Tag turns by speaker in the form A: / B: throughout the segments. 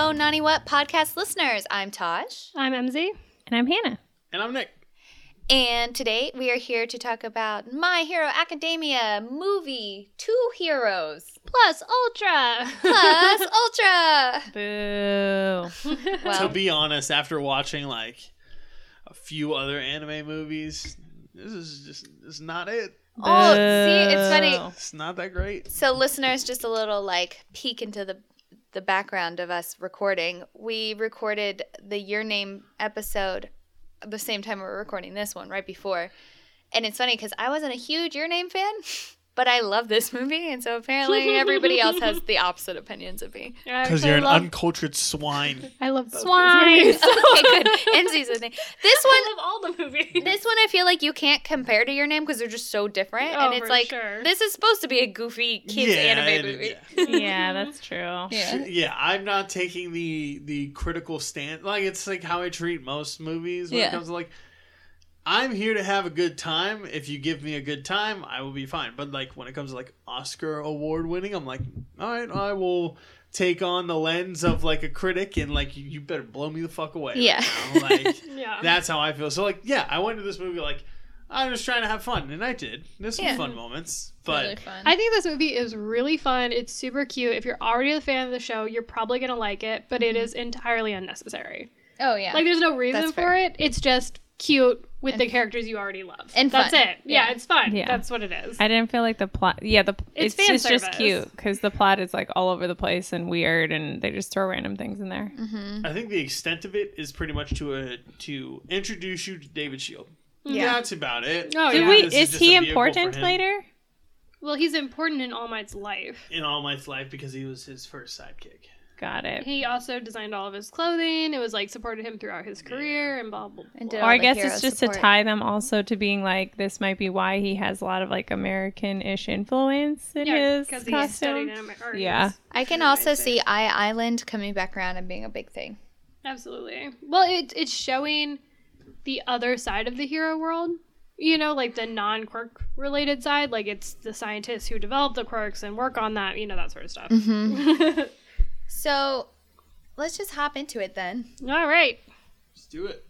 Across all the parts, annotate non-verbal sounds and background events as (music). A: up, podcast listeners? I'm Tosh,
B: I'm MZ.
C: And I'm Hannah.
D: And I'm Nick.
A: and today we are here to talk about My Hero Academia movie Two Heroes
B: Plus Ultra. (laughs)
D: (laughs)
A: plus Ultra.
C: Boo.
A: Well,
D: To be honest, after watching like a few other anime movies, this is just it's not it.
A: oh, see, it's funny.
C: Boo.
D: It's not that great.
A: So, listeners, just a little like peek into the the background of us recording. We recorded the Your Name episode at the same time we were recording this one, right before. And it's funny because I wasn't a huge Your Name fan, (laughs) but I love this movie, and so apparently everybody else
D: (laughs)
A: has the opposite opinions of me.
D: Because you're an uncultured swine.
B: I love both
C: Swine.
B: (laughs) those movies.
A: (laughs) Okay, good. Lindsay's listening. This one, (laughs)
B: I love all the (laughs) movies.
A: this one, I feel like you can't compare to Your Name because they're just so different,
B: Oh,
A: and it's
B: for
A: like
B: sure. (laughs)
A: this is supposed to be a goofy kids
D: Yeah,
A: anime
D: it-
A: movie. (laughs)
C: yeah, that's true.
A: Yeah.
D: Yeah, I'm not taking the the critical stance. Like it's like how I treat most movies when
A: Yeah.
D: it comes to like I'm here to have a good time. If you give me a good time, I will be fine. But like when it comes to like Oscar award winning, I'm like, all right, I will take on the lens of like a critic and like you, you better blow me the fuck away. right
A: Yeah.
D: now.
A: (laughs)
D: like (laughs)
B: Yeah.
D: that's how I feel. So like yeah, I went to this movie like I was trying to have fun and I did. There's some
A: Yeah.
D: fun moments, but
B: I think this movie is really fun. It's super cute. If you're already a fan of the show, you're probably going to like it, but it is entirely unnecessary.
A: oh yeah,
B: Like, Mm-hmm. there's no reason
A: That's
B: for
A: fair.
B: it. It's just cute with
A: And-
B: the characters you already love.
A: and
B: That's
A: fun.
B: it. Yeah,
A: Yeah.
B: it's fun.
C: Yeah.
B: That's what it is.
C: I didn't feel like the plot. Yeah, the
B: It's
C: it's,
B: fan
C: just, just
B: service.
C: cute because the plot is like all over the place and weird, and they just throw random things in there.
D: I think the extent of it is pretty much to uh to introduce you to David Shield.
A: Yeah.
D: That's about it.
B: Oh,
C: Did
B: yeah.
C: we?
D: This
C: Is
D: just
C: he
D: a vehicle for
C: important
D: him
C: later?
B: well, he's important in All Might's life.
D: In All Might's life because he was his first sidekick.
C: Got it.
B: He also designed all of his clothing. It was like supported him throughout his career and blah blah. blah.
A: And did
C: Or
A: all
C: I
A: the
C: guess
A: hero
C: it's just to
A: support.
C: tie them also to being like this might be why he has a lot of like American-ish influence in
B: yeah,
C: his
B: because
C: costume.
B: he studied in Amer- or he
C: Yeah.
B: was-
A: I can also see I Island coming back around and being a big thing.
B: absolutely. Well, it, it's showing the other side of the hero world. You know, like the non quirk related side. Like it's the scientists who develop the quirks and work on that. You know that sort of
A: Mm-hmm.
B: stuff.
A: So let's just hop into it then.
B: (laughs) All right.
D: Let's do it.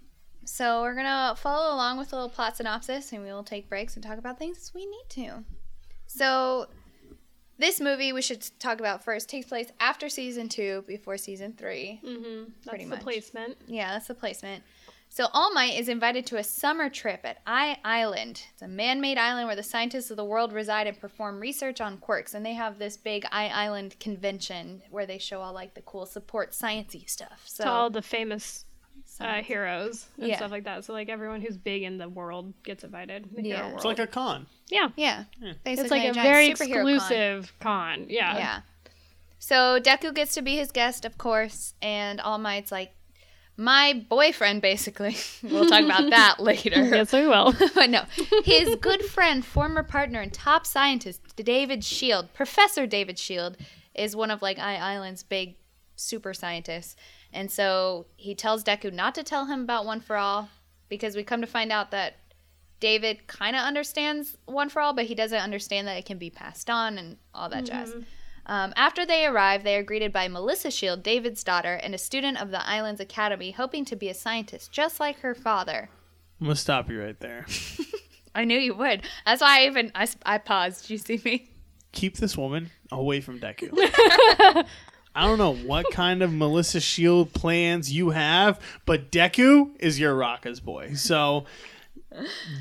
A: So we're gonna follow along with a little plot synopsis, and we will take breaks and talk about things we need to. So this movie we should talk about first takes place after season two, before season three.
B: Mm-hmm. That's
A: Pretty
B: the
A: much.
B: placement.
A: Yeah, that's the placement. So All Might is invited to a summer trip at I Island. It's a man-made island where the scientists of the world reside and perform research on quirks. And they have this big I Island convention where they show all like the cool support sciencey stuff. So
B: to all the famous uh, heroes and
A: Yeah.
B: stuff like that. So like everyone who's big in the world gets invited. The
A: Yeah.
B: hero
A: It's
D: It's
B: world.
D: like a con.
B: yeah.
A: yeah, basically
B: It's like a
A: giant
B: very
A: superhero con.
B: exclusive con. Yeah.
A: Yeah. So Deku gets to be his guest, of course, and All Might's like my boyfriend, basically. we'll talk about that later.
B: (laughs) Yes,
A: (laughs)
B: we will.
A: but no, his good friend, former partner, and top scientist David Shield, Professor David Shield, is one of like I Island's big super scientists, and so he tells Deku not to tell him about One for All because we come to find out that David kind of understands One for All, but he doesn't understand that it can be passed on and all that jazz. Um, after they arrive, they are greeted by Melissa Shield, David's daughter, and a student of the island's academy, hoping to be a scientist just like her father.
D: I'm gonna stop you right there.
A: I knew you would. That's why I even I, s- I paused. You see me?
D: Keep this woman away from Deku. I don't know what kind of Melissa Shield plans you have, but Deku is your Raka's boy. So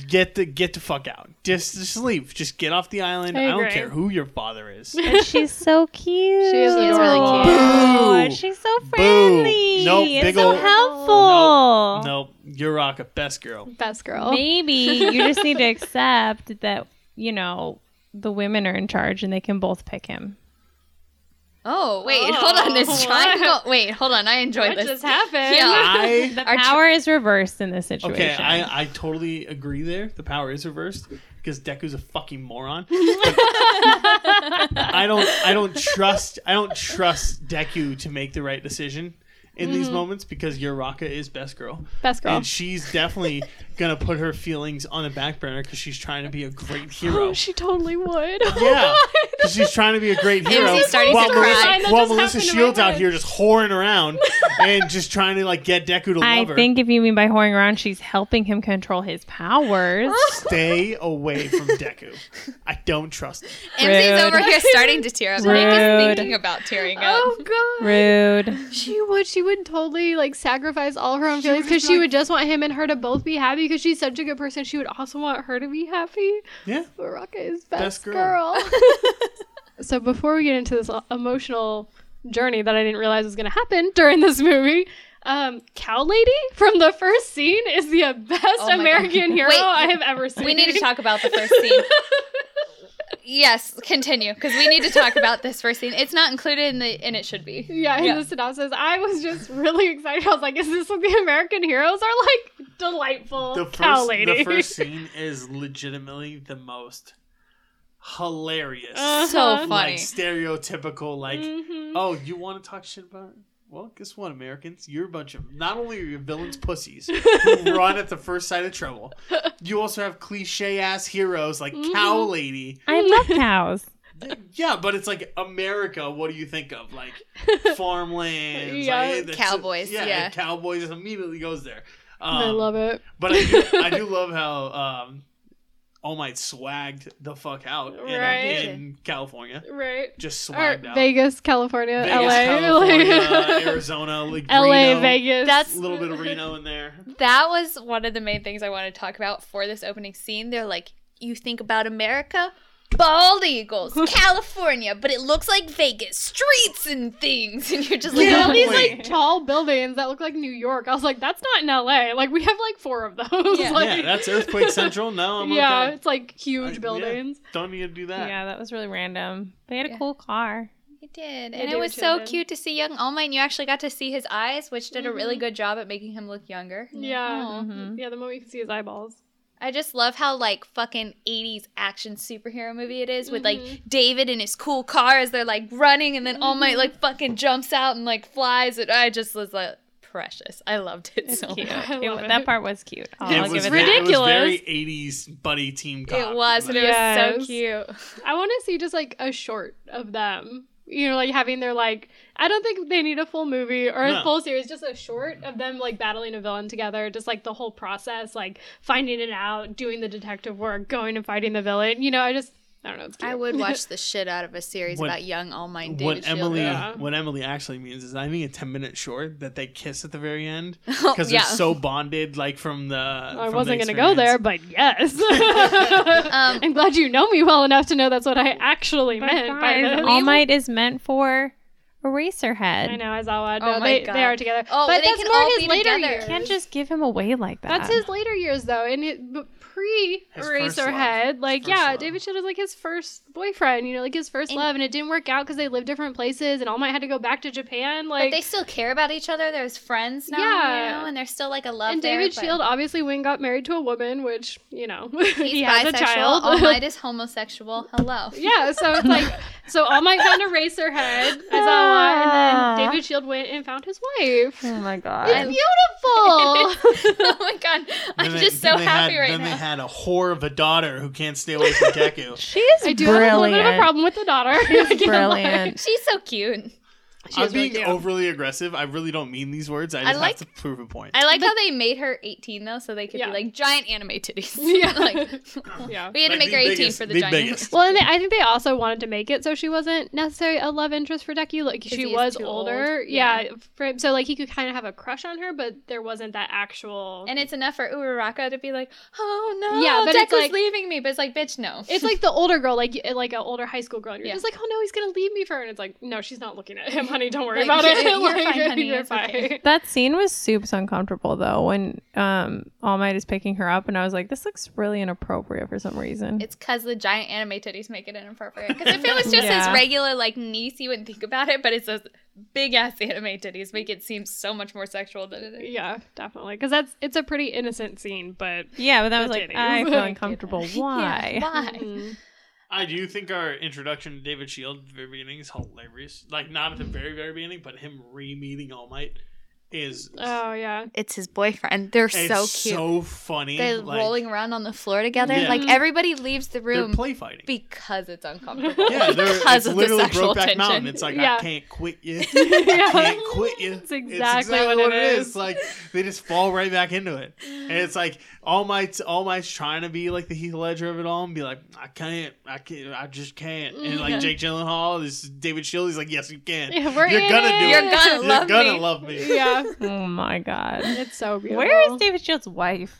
D: get the get the fuck out. Just just leave. Just get off the island.
B: I
D: I, don't
B: agree.
D: care who your father is.
C: She's so cute.
B: She is
A: really
C: adorable.
A: cute.
C: Oh,
D: Boo.
C: and she's so friendly.
D: Nope,
C: and
D: big
C: so
D: ol-
C: helpful.
D: Nope, you're Raka, best girl.
B: (laughs) Best girl.
C: Maybe you just need to accept that you know the women are in charge and they can both pick him.
A: Oh wait,
B: Oh.
A: hold on.
B: (laughs)
A: This triangle. Wait, hold on. I enjoyed
B: What
A: this.
B: just happened? (laughs)
A: Yeah.
D: I
C: The
A: Our tr-
C: power is reversed in this situation.
D: okay, I, I totally agree there. The power is reversed because Deku's a fucking
B: (laughs)
D: moron. I don't I don't trust I don't trust Deku to make the right decision. in these moments because Yoraka is best girl.
B: Mm-hmm. Best girl.
D: And she's definitely gonna put her feelings on the back burner because she's trying to be a
B: (gasps)
D: great hero.
B: Oh, she totally would. (laughs) Oh
D: yeah, 'Cause she's trying to be a great hero.
A: Maisie's starting
D: while
A: to cry.
D: Melissa,
B: That just
D: while
B: happened
D: Melissa
B: in my
D: Shields out
B: head.
D: here just whoring
B: (laughs)
D: around and just trying to like get Deku to
C: I
D: love her.
C: think if you mean by whoring around, she's helping him control his
B: (laughs)
C: powers.
D: Stay away from Deku. I don't trust him.
A: MC's
C: Rude.
A: over here starting to tear up. Nick is
C: Rude.
A: thinking about tearing up.
B: oh god.
C: Rude.
B: She would. She would totally like sacrifice all her own feelings because she would just want him and her to both be happy. Because she's such a good person, she would also want her to be happy.
D: Yeah.
B: Baraka is best,
D: Best girl. (laughs)
B: girl. so before we get into this emotional journey that I didn't realize was going to happen during this movie, um, Cow Lady from the first scene is the best
A: Oh my
B: American
A: (laughs)
B: hero
A: Wait,
B: I have ever seen.
A: We need to talk about the
B: (laughs)
A: first scene. yes, continue because we need to talk about this first scene. It's not included in the, and it should be.
B: Yeah, in
A: Yeah.
B: the synopsis, I was just really excited. I was like, "Is this what the American heroes are like?" Delightful
D: the
B: cow
D: first,
B: lady.
D: The first
B: (laughs)
D: scene is legitimately the most hilarious.
B: Uh,
A: So
B: Uh-huh.
A: funny.
D: Like stereotypical, like,
B: Mhm.
D: oh, you want to talk shit about Well, guess what, Americans? You're a bunch of not only are you villains pussies who
B: (laughs)
D: run at the first sight of trouble, you also have cliche ass heroes like Cow
B: Mm-hmm.
D: Lady.
C: I love
B: (laughs)
C: cows.
D: Yeah, but it's like America. What do you think of
B: (laughs)
D: like farmland?
B: Yeah.
A: Cowboys, yeah.
D: cowboys immediately goes there. Um,
B: I love it.
D: but I do, I
B: (laughs)
D: do love how um, All Might swagged the fuck out in,
B: Right.
D: in California.
B: Right.
D: Just
B: Or
D: swagged out.
B: Vegas, California,
D: Vegas,
B: LA, (laughs)
D: California, Arizona, like
B: LA,
D: Reno,
B: Vegas.
A: That's-
D: A little bit of Reno in there.
A: That was one of the main things I want to talk about for this opening scene. They're like, you think about America? Bald eagles, California, but it looks like Vegas, streets and things. (laughs) And you're just like,
B: yeah,
A: "Oh,
B: all these
A: wait."
B: like tall buildings that look like New York. I was like, that's not in LA. Like we have like four of those. (laughs)
A: Yeah.
B: (laughs) like,
D: Yeah, that's Earthquake Central. No, I'm
B: yeah,
D: okay.
B: it's like
D: I-
B: huge
D: yeah,
B: buildings.
D: don't need to do that.
C: Yeah, that was really random. They had a
A: Yeah.
C: cool car.
A: It did.
B: They
A: and it
B: did
A: was
B: too,
A: so
B: did.
A: cute to see young All Might. And you actually got to see his eyes, which did a really good job at making him look younger.
B: Yeah.
A: Aw.
C: Mhm.
B: Yeah, the moment you can see his eyeballs.
A: I just love how like fucking 80s action superhero movie it is with like David in his cool car as they're like running and then All Might like fucking jumps out and like flies. And I just was like, precious. I loved it so
C: Cute.
A: much.
B: (laughs) I
C: It
B: love
C: wa-
B: it.
C: That part was cute. I'll
D: It
C: I'll
D: was,
C: give it
D: ve-
C: that.
D: it was
B: ridiculous.
D: very 80s buddy team cop.
A: It was, and it was so
B: Yes.
A: cute.
B: I want to see just like a short of them. You know, like having their like. I don't think they need a full movie or
D: No.
B: a full series, just a short of them like battling a villain together. Just like the whole process, like finding it out, doing the detective work, going and fighting the villain. You know, I just I don't know. It's cute.
A: I would watch the shit out of a series
D: What-
A: about young All Might and David
D: what
A: (laughs)
D: Emily
A: Shield.
B: Yeah.
D: what Emily actually means is I need a ten minute short that they kiss at the very
A: (laughs)
D: end because
A: Oh, Yeah.
D: they're so bonded like from the
B: (laughs) I wasn't going to go there, but yes. (laughs)
D: (laughs)
A: Um,
B: I'm glad you know me well enough to know that's what I actually meant. (laughs) by
C: Guys,
B: this.
C: All Might is meant for Eraserhead.
B: I know, as Zawad.
A: Oh
B: No,
A: my
B: they,
A: God.
B: they are together.
A: Oh,
B: but
A: they
B: that's
A: can
B: more
A: all
B: his
A: be
B: later
A: together.
B: years.
C: Can't just give him away like that.
B: That's his later years, though, and it but pre
D: His first
B: Eraserhead,
D: love.
B: like
D: His first
B: yeah,
D: love.
B: David Shield was like his first boyfriend, you know, like his first
A: And-
B: love, and it didn't work out because they lived different places, and All Might had to go back to Japan,
A: But
B: like.
A: they still care about each other. There's friends now,
B: Yeah.
A: you know, and there's still like a love.
B: and
A: there,
B: David
A: but
B: Shield obviously when got married to a woman, which you know (laughs)
A: He's
B: he
A: bisexual. Oh
B: has a child.
A: All (laughs) Might is homosexual. Hello.
B: yeah, so it's like so All Might found Eraserhead as Awa, and then David Shield went and found his wife.
C: Oh my
A: I-
C: god.
A: (laughs)
B: Beautiful.
A: oh my god, (laughs) I'm just so happy
D: had,
A: right
D: then
A: now.
D: they had a whore of a daughter who can't stay away
A: (laughs)
D: from Deku.
C: She's
B: I do have a little
C: brilliant.
B: bit of a problem with the daughter. (laughs) She's
C: Brilliant.
B: (laughs)
A: She's so cute.
D: I'm being overly aggressive. I really don't mean these words. I just
A: like-
D: have to prove a point.
A: I like how they made her 18 though, so they could
B: Yeah.
A: be like giant anime (laughs) titties.
B: Yeah.
A: like
B: Yeah.
A: we had to
D: Like,
A: make
D: the
A: her 18
D: biggest-
A: for the,
D: the
A: giant.
D: biggest.
A: (laughs)
B: Well, and they, I think they also wanted to make it so she wasn't necessarily a love interest for Deku. Like
A: he
B: she
A: is
B: was
A: too
B: older,
A: old.
B: yeah. for him. so like he could kind of have a crush on her, but there wasn't that actual.
A: And it's enough for Uraraka to be like, "Oh no,
B: Yeah, but it's
A: Deku's
B: like-
A: leaving me." But it's like, "Bitch, no."
B: it's like the older girl, like like an older high school girl. And you're
A: Yeah.
B: just like, oh no, he's gonna leave me for her. And it's like, no, she's not looking at him, honey. Don't worry
A: Like,
B: about it. (laughs)
A: you're- you're
B: Like,
A: fine, honey,
B: you're
A: it's okay.
B: fine.
C: That scene was super uncomfortable though when um All Might is picking her up and I was like, this looks really inappropriate for some reason.
A: It's because the giant anime titties make it inappropriate. Because if it was just
C: Yeah.
A: his regular like niece, you wouldn't think about it. But it's those big ass anime titties make it seem so much more sexual than it (laughs) is.
B: Yeah, definitely. Because that's it's a pretty innocent scene, but
C: yeah, but that was
B: The
C: like
B: (laughs) titties.
C: I feel
B: (laughs) Yeah.
C: uncomfortable.
A: (laughs) Yeah,
C: Why?
A: why?
D: I do think our introduction to David Shield at the very beginning is hilarious. Like not at the very very beginning, but him re meeting All Might is
B: Oh yeah.
A: It's his boyfriend. They're so cute.
D: it's so funny.
A: They're
D: like,
A: rolling around on the floor together.
D: Yeah.
A: Like everybody leaves the
D: They're
A: room
D: play fighting.
A: because it's uncomfortable.
D: yeah,
A: (laughs)
D: they're,
A: because
D: it's
A: of the
D: literally
A: sexual
D: Brokeback
A: tension.
D: Mountain. It's like
B: Yeah.
D: I can't quit you.
B: Yeah.
D: I can't quit you. It's
C: exactly what it is.
D: Like they just fall right back into it, and it's like all my all might's trying to be like the Heath Ledger of it all, and be like, I can't, I can't, I just can't. And like
A: Yeah.
D: Jake Gyllenhaal, this is David Shield, he's like, yes, you can.
B: Yeah, we're
D: You're
B: in
D: gonna do
B: it.
D: it.
A: You're gonna
D: You're
A: love
D: gonna
A: me.
D: love me.
B: yeah.
C: Oh my
B: (laughs)
C: god.
B: It's so beautiful.
C: Where is David Shield's
B: (laughs)
C: wife?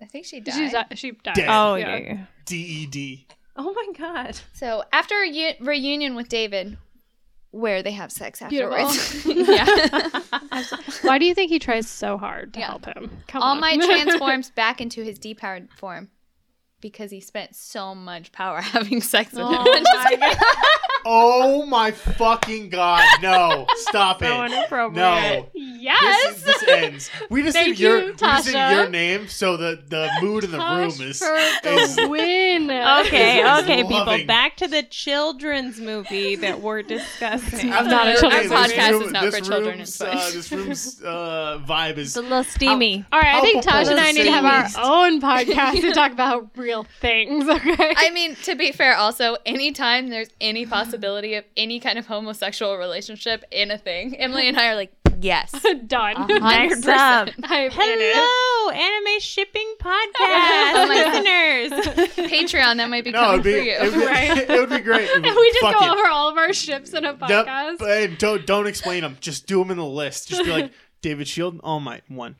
A: I think she died.
B: She's, di- she died.
D: Dead.
C: Oh
B: yeah.
C: yeah.
D: D E D.
C: Oh my
B: (laughs)
C: god.
A: So after a u- reunion with David, where they have sex
B: Beautiful.
A: afterwards. (laughs) yeah.
B: Why do you think he tries so hard to
A: Yeah.
B: help him? Come
A: All
B: on. (laughs)
A: Might transforms back into his depowered form because he spent so much power (laughs) having sex with (laughs) him.
C: Oh my god.
D: Oh my fucking god! No, stop
C: So
D: it.
C: inappropriate.
D: No.
B: yes.
D: This, this ends. We just
B: Thank
D: need your
B: you,
D: we just need
B: Tasha.
D: your name so the the mood in the room is
B: for the win.
C: Okay,
D: This is
C: okay,
D: loving.
C: people. Back to the children's movie that
B: (laughs)
C: we're discussing.
D: I'm
B: not a children's
D: This
A: podcast
D: room-
A: is not for
D: this
A: children,
D: room's,
A: it's fine.
D: uh, this
B: (laughs)
D: room's uh, vibe is.
C: It's a little steamy.
B: All right, I think
D: Palpable
B: Tasha and I need to have our
D: disease.
B: own podcast to talk about real things. Okay.
A: I mean, to be fair, also, anytime there's any possibility of any kind of homosexual relationship in a thing, Emily and I are like, (laughs) yes.
B: (laughs) Done.
C: Next up,
B: I'm in
C: hello, anime
B: (laughs)
C: shipping
B: Oh
C: podcast listeners.
A: Patreon, that might be
D: no,
A: coming
D: it'd be,
A: for you.
D: (laughs) it'd be,
B: right?
D: it would be great.
B: it. (laughs) We just
D: Fuck
B: go
D: it.
B: over all of our ships in a
D: Yep,
B: podcast.
D: and don't don't explain them. Just do them in the list. Just be
B: (laughs)
D: like David Shield, All Might one,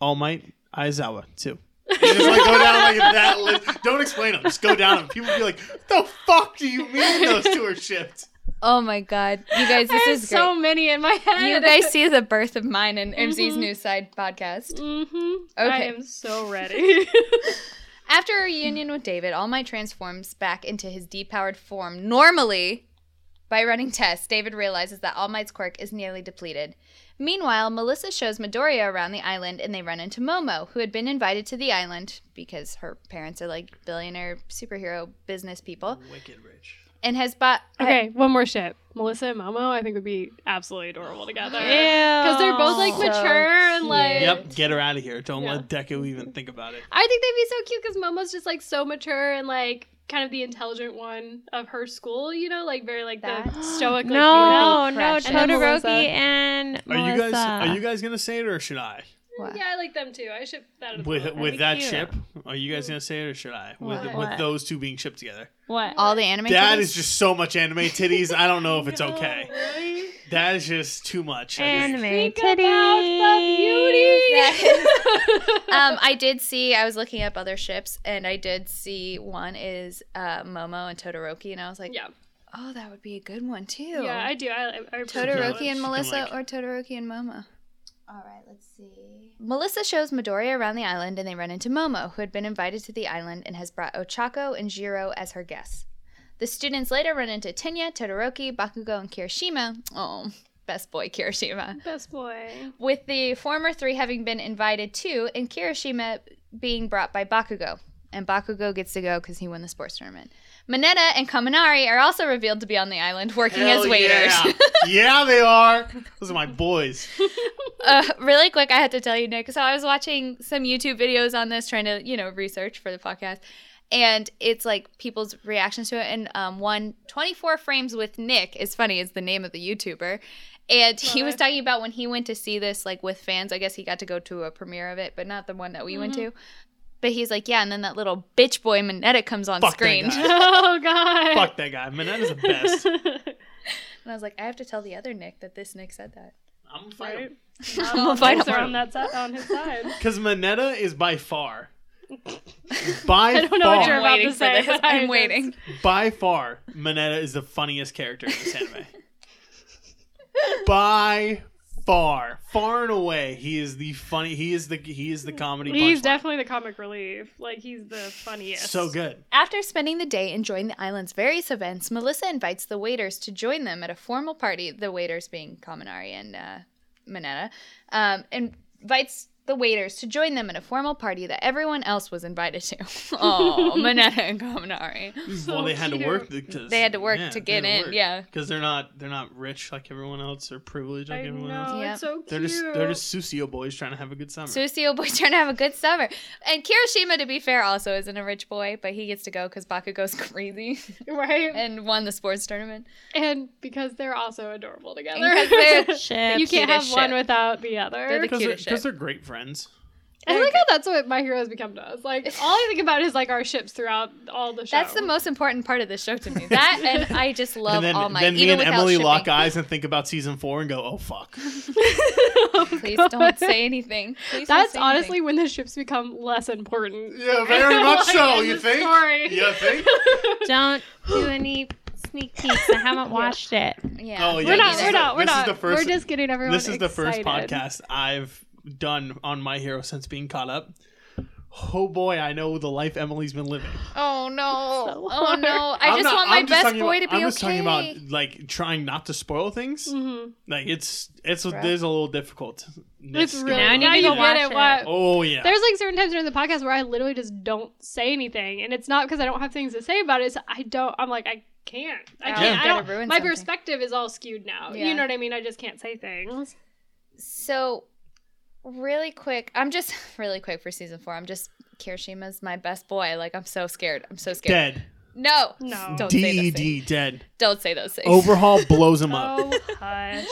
D: All Might Aizawa
B: (laughs)
D: two. And just like go down like that list. Don't explain them. Just go down them. People be like, "The fuck do you mean those two are shipped?"
A: oh my God. You guys, this
B: There's
A: is great.
B: so many
C: (laughs)
B: in my (laughs) head.
A: you guys see the birth of mine and MZ's new side podcast.
B: Mm-hmm. I
A: Okay.
B: am so (laughs) ready.
A: After a reunion with David, All Might transforms back into his depowered form. Normally, by running tests, David realizes that All Might's quirk is nearly depleted. Meanwhile, Melissa shows Midoriya around the island and they run into Momo, who had been invited to the island because her parents are like billionaire superhero business people
D: Wicked rich.
A: and has bought.
B: okay, one more ship. Melissa and Momo, I think would be absolutely adorable together.
C: Because
B: Because they're both like
A: So
B: mature and like.
D: Yep, get her out of here. Don't
B: Yeah.
D: let Deku even think about it.
B: I think they'd be so cute because Momo's just like so mature and like kind of the intelligent one of her school, you know, like very like the (gasps)
A: That-
B: stoic. Like,
C: no,
A: Like,
C: no,
A: Unicorn Crush.
B: And then Melissa.
C: Todoroki and
D: Are
C: Melissa.
D: you guys are you guys gonna say it or should I?
A: What?
B: Yeah, I like them too. I ship that. in
D: With
B: Momo.
D: with
C: be
D: that
C: cute.
D: ship, are you guys gonna say it or should I? With
C: What?
D: with
C: What?
D: those two being shipped together.
C: what?
A: All the anime. titties? (laughs)
D: That is (laughs) just so much anime titties. I don't know if it's
B: (laughs)
D: okay.
B: Oh,
D: That is just too much. I just-
C: Anime
B: Think about the
C: titties.
B: beauty.
A: um, I did see. I was looking up other ships, and I did see one is uh, Momo and Todoroki, and I was like,
B: yeah,
A: oh, that would be a good one too.
B: yeah, I do. I, I appreciate
A: Todoroki
D: She
A: and
D: can,
A: Melissa
D: like-
A: or Todoroki and Momo? All right, let's see. Melissa shows Midoriya around the island and they run into Momo, who had been invited to the island and has brought Ochako and Jiro as her guests. The students later run into Tenya, Todoroki, Bakugo, and Kirishima. Oh, best boy Kirishima.
B: Best boy.
A: With the former three having been invited too, and Kirishima being brought by Bakugo. And Bakugo gets to go because he won the sports tournament. Mineta and Kaminari are also revealed to be on the island working
D: Hell
A: as waiters.
D: Yeah. (laughs) Yeah, they are. Those
B: (laughs)
D: are my boys.
A: uh, really quick, I have to tell you, Nick. So I was watching some YouTube videos on this, trying to you know research for the podcast, and it's like people's reactions to it. And um, one 24 frames with Nick is funny. Is the name of the YouTuber, and he
B: Love
A: was
B: it.
A: talking about when he went to see this like with fans. I guess he got to go to a premiere of it, but not the one that we
B: Mm-hmm.
A: went to. But he's like, yeah, and then that little bitch boy Minetta comes on
D: Fuck
A: screen, (laughs)
D: that
A: and
D: guy.
B: (laughs) Oh god.
D: Fuck that guy. Man, that is the
B: (laughs)
D: best.
A: I was like, I have to tell the other Nick that this Nick said that.
D: I'm gonna fight him.
B: Not
A: I'm (laughs)
B: all
A: a vital
B: Oh, those are on that side, on his side.
D: Because Manetta is by
B: (laughs)
D: far, by
B: I don't know
D: far,
B: what you're about
A: waiting
B: to
A: for
B: say.
A: this.
B: but (laughs)
A: (laughs)
B: I
A: I'm
B: just-
A: waiting.
D: by far, Manetta is the funniest character in this anime. by far, far and away, he is the funny. He is the he is the comedy.
B: He's
D: punchline.
B: definitely the comic relief. Like he's the funniest.
A: (laughs)
D: so good.
A: After spending the day enjoying the island's various events, Melissa invites the waiters to join them at a formal party. The waiters being Kaminari and uh, Mineta, um, invites the waiters to join them in a formal party that everyone else was invited to. (laughs) oh, Mineta and Kaminari.
D: well, they had to
B: cute.
D: work. Because,
A: They had to work to get in, yeah.
D: because they're not they're not rich like everyone else or privileged like
B: I
D: everyone
B: know
D: else.
A: Yep.
B: it's so cute.
D: They're just they're just Susio boys trying to have a good summer.
A: Susio boy trying to have a good summer. And Kirishima, to be fair, also isn't a rich boy, but he gets to go because Bakugo's (laughs) crazy
B: right,
A: and won the sports tournament.
B: and because they're also adorable together.
A: Because
B: (laughs)
A: they're-
C: Shit.
B: you can't have
A: as
B: one
A: shit.
B: without the
A: They're
B: other.
A: the
D: because they're,
A: cutest shit.
D: 'cause they're great friends.
B: I like how that's what my heroes become to
A: (laughs)
B: us. Like all I think about is like our ships throughout all the show.
A: That's the most important part of the show to me. That
D: (laughs)
A: and I just love
D: and then,
A: All Might.
D: then me
A: even
D: and
A: without
D: Emily
A: shipping.
D: lock eyes and think about season four and go, oh
A: (laughs)
D: fuck.
B: (laughs)
A: Please don't say anything. Please don't
B: That's
A: say anything.
B: honestly when the ships become less
D: (laughs)
B: important.
D: Yeah,
A: (laughs)
D: very much
B: Like,
D: so.
B: in
D: You
B: the
D: think?
B: story.
D: You think?
C: Don't do
B: (laughs)
C: any sneak peeks. I haven't watched it.
A: Yeah.
D: Oh, yeah.
B: we're not.
D: this is
B: We're
D: the-
B: not. We're
D: this is
B: not.
D: the first-
B: we're just getting everyone.
D: This is the first
B: excited.
D: podcast I've done on My Hero since being caught up. Oh boy, I know the life Emily's been living.
A: Oh no.
B: So
A: oh
B: hard.
A: no. I
D: I'm
A: just
D: not-
A: want my
D: I'm just
A: best
D: talking
A: boy
D: about-
A: to be
D: I'm just
A: okay. Mm.
D: talking about like trying not to spoil things.
B: Mhm.
D: Like it's it's
A: Rough.
D: there's a little difficult.
B: It's really.
C: Now I need
B: now
C: to
B: you
C: go watch
B: get it.
C: it.
B: What?
D: Oh yeah.
B: There's like certain times during the podcast where I literally just don't say anything, and it's not because I don't have things to say about it. It's I don't. I'm like I can't. I
A: Yeah.
B: can't. I
A: Gotta
B: don't.
A: ruin
B: My
A: something.
B: perspective is all skewed now.
A: Yeah.
B: You know what I mean? I just can't say things.
A: So, really quick, I'm just (laughs) really quick for season four. I'm just Kirishima's my best boy. Like I'm so scared. I'm so scared.
D: dead. E
A: No,
B: No.
A: don't say those things. (laughs)
D: DED dead.
A: Don't say those things.
D: Overhaul blows him up.
B: Oh hush.
D: he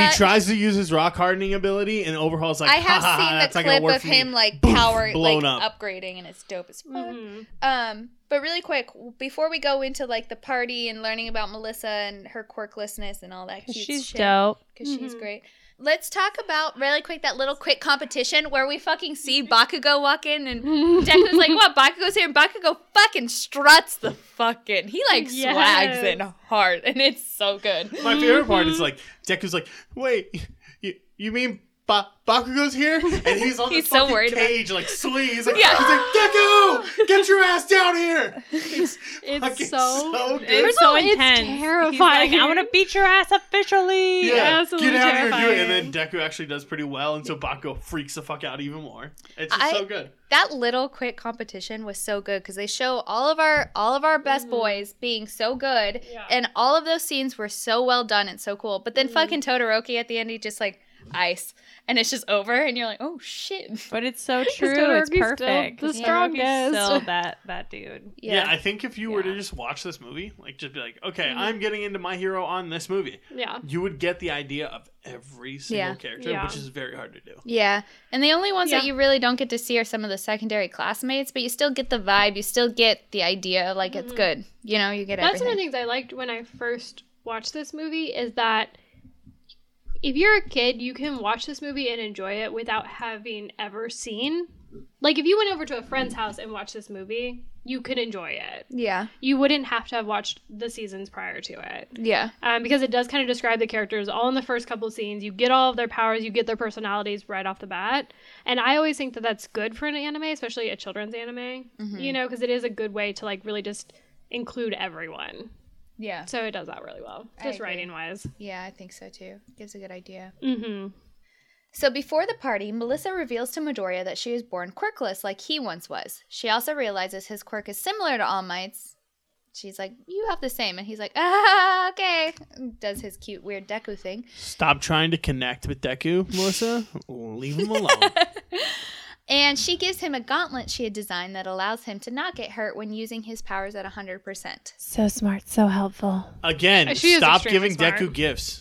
A: But
D: tries to use his rock hardening ability, and Overhaul's like,
A: I have
D: "Ha, ha, ha,
A: seen
D: that's
A: the
D: not gonna
A: clip
D: work
A: of
D: for me."
A: him like
D: Boof,
A: power
D: blown
A: like
D: up.
A: upgrading, and it's dope as fuck.
C: Mm-hmm.
B: Mhm.
A: Um, but really quick, before we go into like the party and learning about Melissa and her quirklessness and all that, cute
C: She's
A: shit,
C: dope. Mm-hmm.
A: because she's
B: Mhm.
A: great. Let's talk about really quick that little quick competition where we fucking see
C: Mm-hmm.
A: Bakugo walk in and Deku's like,
C: (laughs)
A: "What? Bakugo's here!" And Bakugo fucking struts the fucking. He like swags it hard, and it's so good.
D: My favorite part is like Deku's like, "Wait, you, you mean ba- Bakugo's here?" And he's on
A: He's
D: the
A: so
D: fucking
A: worried about-
D: cage, like swinging. He's like,
A: Yeah.
D: he's like, "Deku, get your ass down here!" It's, fucking
B: It's so.
D: good.
C: It's
B: First
C: so
B: of all, it's
C: intense. He's
B: terrifying.
C: Like, I want to beat your ass officially.
D: yeah,
B: absolutely
D: get out here and do it.
B: terrifying.
D: And then Deku actually does pretty well, and so Bakugo freaks the fuck out even more. It's just
A: I-
D: so good.
A: that little quick competition was so good because they show all of our all of our best boys being so good
B: Mm-hmm. Yeah. Mm-hmm.
A: and all of those scenes were so well done and so cool but then fucking todoroki at the end he just like ice and it's just over and you're like oh shit (laughs)
C: But it's so
B: Because
C: true. It's
B: Todoroki's still
C: perfect.
B: The
C: He's
B: strongest.
C: Still that that dude.
D: Yeah.
A: yeah, Mm-hmm.
D: I think if you were to
C: Yeah.
D: just watch this movie, like just be like, okay, I'm getting into my hero on this movie,
B: yeah.
D: you would get the idea of every single
A: Yeah.
D: character,
B: Yeah.
D: which is very hard to do.
A: Yeah. and the only ones that
B: Yeah.
A: you really don't get to see are some of the secondary classmates but you still get the vibe you still get the idea of like it's good you know you get
B: Mm-hmm. That's one of
A: everything
B: the things I liked when I first watched this movie is that if you're a kid, you can watch this movie and enjoy it without having ever seen. Like if you went over to a friend's house and watched this movie, you could enjoy it.
A: yeah
B: You wouldn't have to have watched the seasons prior to it
A: yeah
B: um, because it does kind of describe the characters all in the first couple of scenes. You get all of their powers, you get their personalities right off the bat, and I always think that that's good for an anime, especially a children's anime.
A: Mm-hmm.
B: You know, because it is a good way to like really just include everyone.
A: yeah
B: So it does that really well,
A: I
B: just
A: agree.
B: writing wise.
A: yeah i think so too gives a good idea
B: Mm-hmm.
A: So before the party, Melissa reveals to Midoriya that she is born quirkless like he once was. She also realizes his quirk is similar to All Might's. She's like, "You have the same." And he's like, "Ah, (laughs) okay." and Does his cute weird Deku thing.
D: Stop trying to connect with Deku, Melissa. Leave him alone.
A: And she gives him a gauntlet she had designed that allows him to not get hurt when using his powers at 100%.
C: So smart. So helpful.
D: Again,
B: She is
D: stop
B: extremely
D: giving
B: smart.
D: Deku gifts.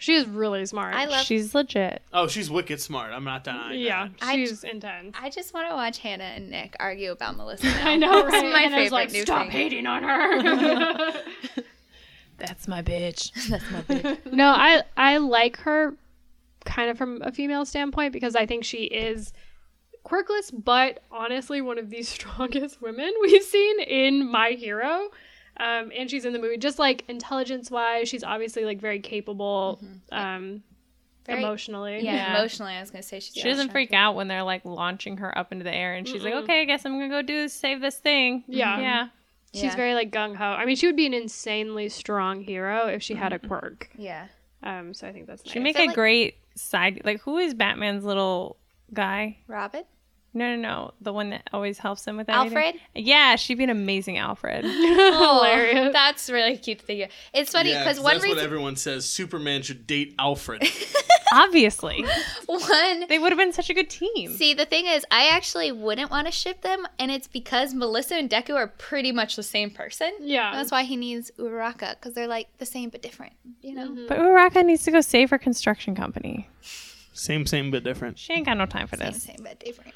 B: She is really smart.
A: I love
C: She's legit.
D: Oh, she's wicked smart. I'm not denying.
B: Yeah,
D: that.
A: I-
B: she's intense.
A: I just want to watch Hannah and Nick argue about
B: (laughs)
A: Melissa. Now.
B: I know,
A: It's
B: right?
A: my
B: and I was
A: favorite
B: like,
A: new
B: stop
A: thing."
B: hating
A: (laughs)
B: on her. (laughs)
C: That's my bitch.
B: no, I I like her kind of from a female standpoint because I think she is quirkless, but honestly one of the (laughs) strongest women we've seen in My Hero. Um, and she's in the movie just like intelligence wise, she's obviously like very capable um,
A: Mm-hmm. Very-
B: emotionally.
A: Yeah,
C: Yeah.
A: emotionally, I was gonna say she's
C: She doesn't freak out when they're like launching her up into the air, and she's like, "Okay, I guess I'm gonna go do save this thing."
B: Yeah.
C: yeah.
B: She's
A: Yeah.
B: very like gung ho. I mean, she would be an insanely strong hero if she
A: Mm-hmm.
B: had a quirk.
A: Yeah,
B: Um, so I think that's nice.
C: She make
A: So,
C: a
A: like-
C: great side. Like, who is Batman's little guy.
A: Robin?
C: No, no, no. The one that always helps him with everything.
A: Alfred?
C: Yeah, she'd be an amazing
B: (laughs)
C: Alfred.
A: Hilarious. That's really cute to think of. It's funny
D: Yeah,
A: because
D: 'cause
A: one
D: that's what
A: reason,
D: everyone says. Superman should date Alfred.
C: Obviously.
A: (laughs) one
C: They would have been such a good team.
A: See, the thing is, I actually wouldn't want to ship them, and it's because Melissa and Deku are pretty much the same person.
B: Yeah.
A: That's why he needs Uraraka, because they're like the same but different, you know?
D: Mm-hmm.
C: But Uraka needs to go save her construction company.
D: same, same, but different.
C: She ain't got no time for
A: Same,
C: this.
A: same but different.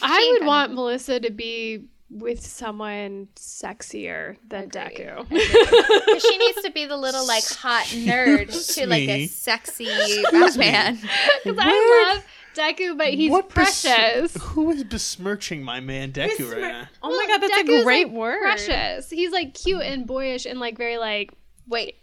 B: I
A: Shane
B: would
A: Gunn.
B: want Melissa to be with someone sexier than (laughs) Deku.
A: 'Cause she needs to be the little like
D: (laughs)
A: hot nerd to like
D: me.
A: a sexy Batman.
D: (laughs)
A: (laughs)
B: Because I love Deku, but he's
D: What bes-
B: precious.
D: Who is besmirching my man Deku right now?
C: Oh my god, that's
B: Deku's,
C: a great
B: like,
C: word.
B: Precious. He's like cute and boyish and like very like.
A: Wait.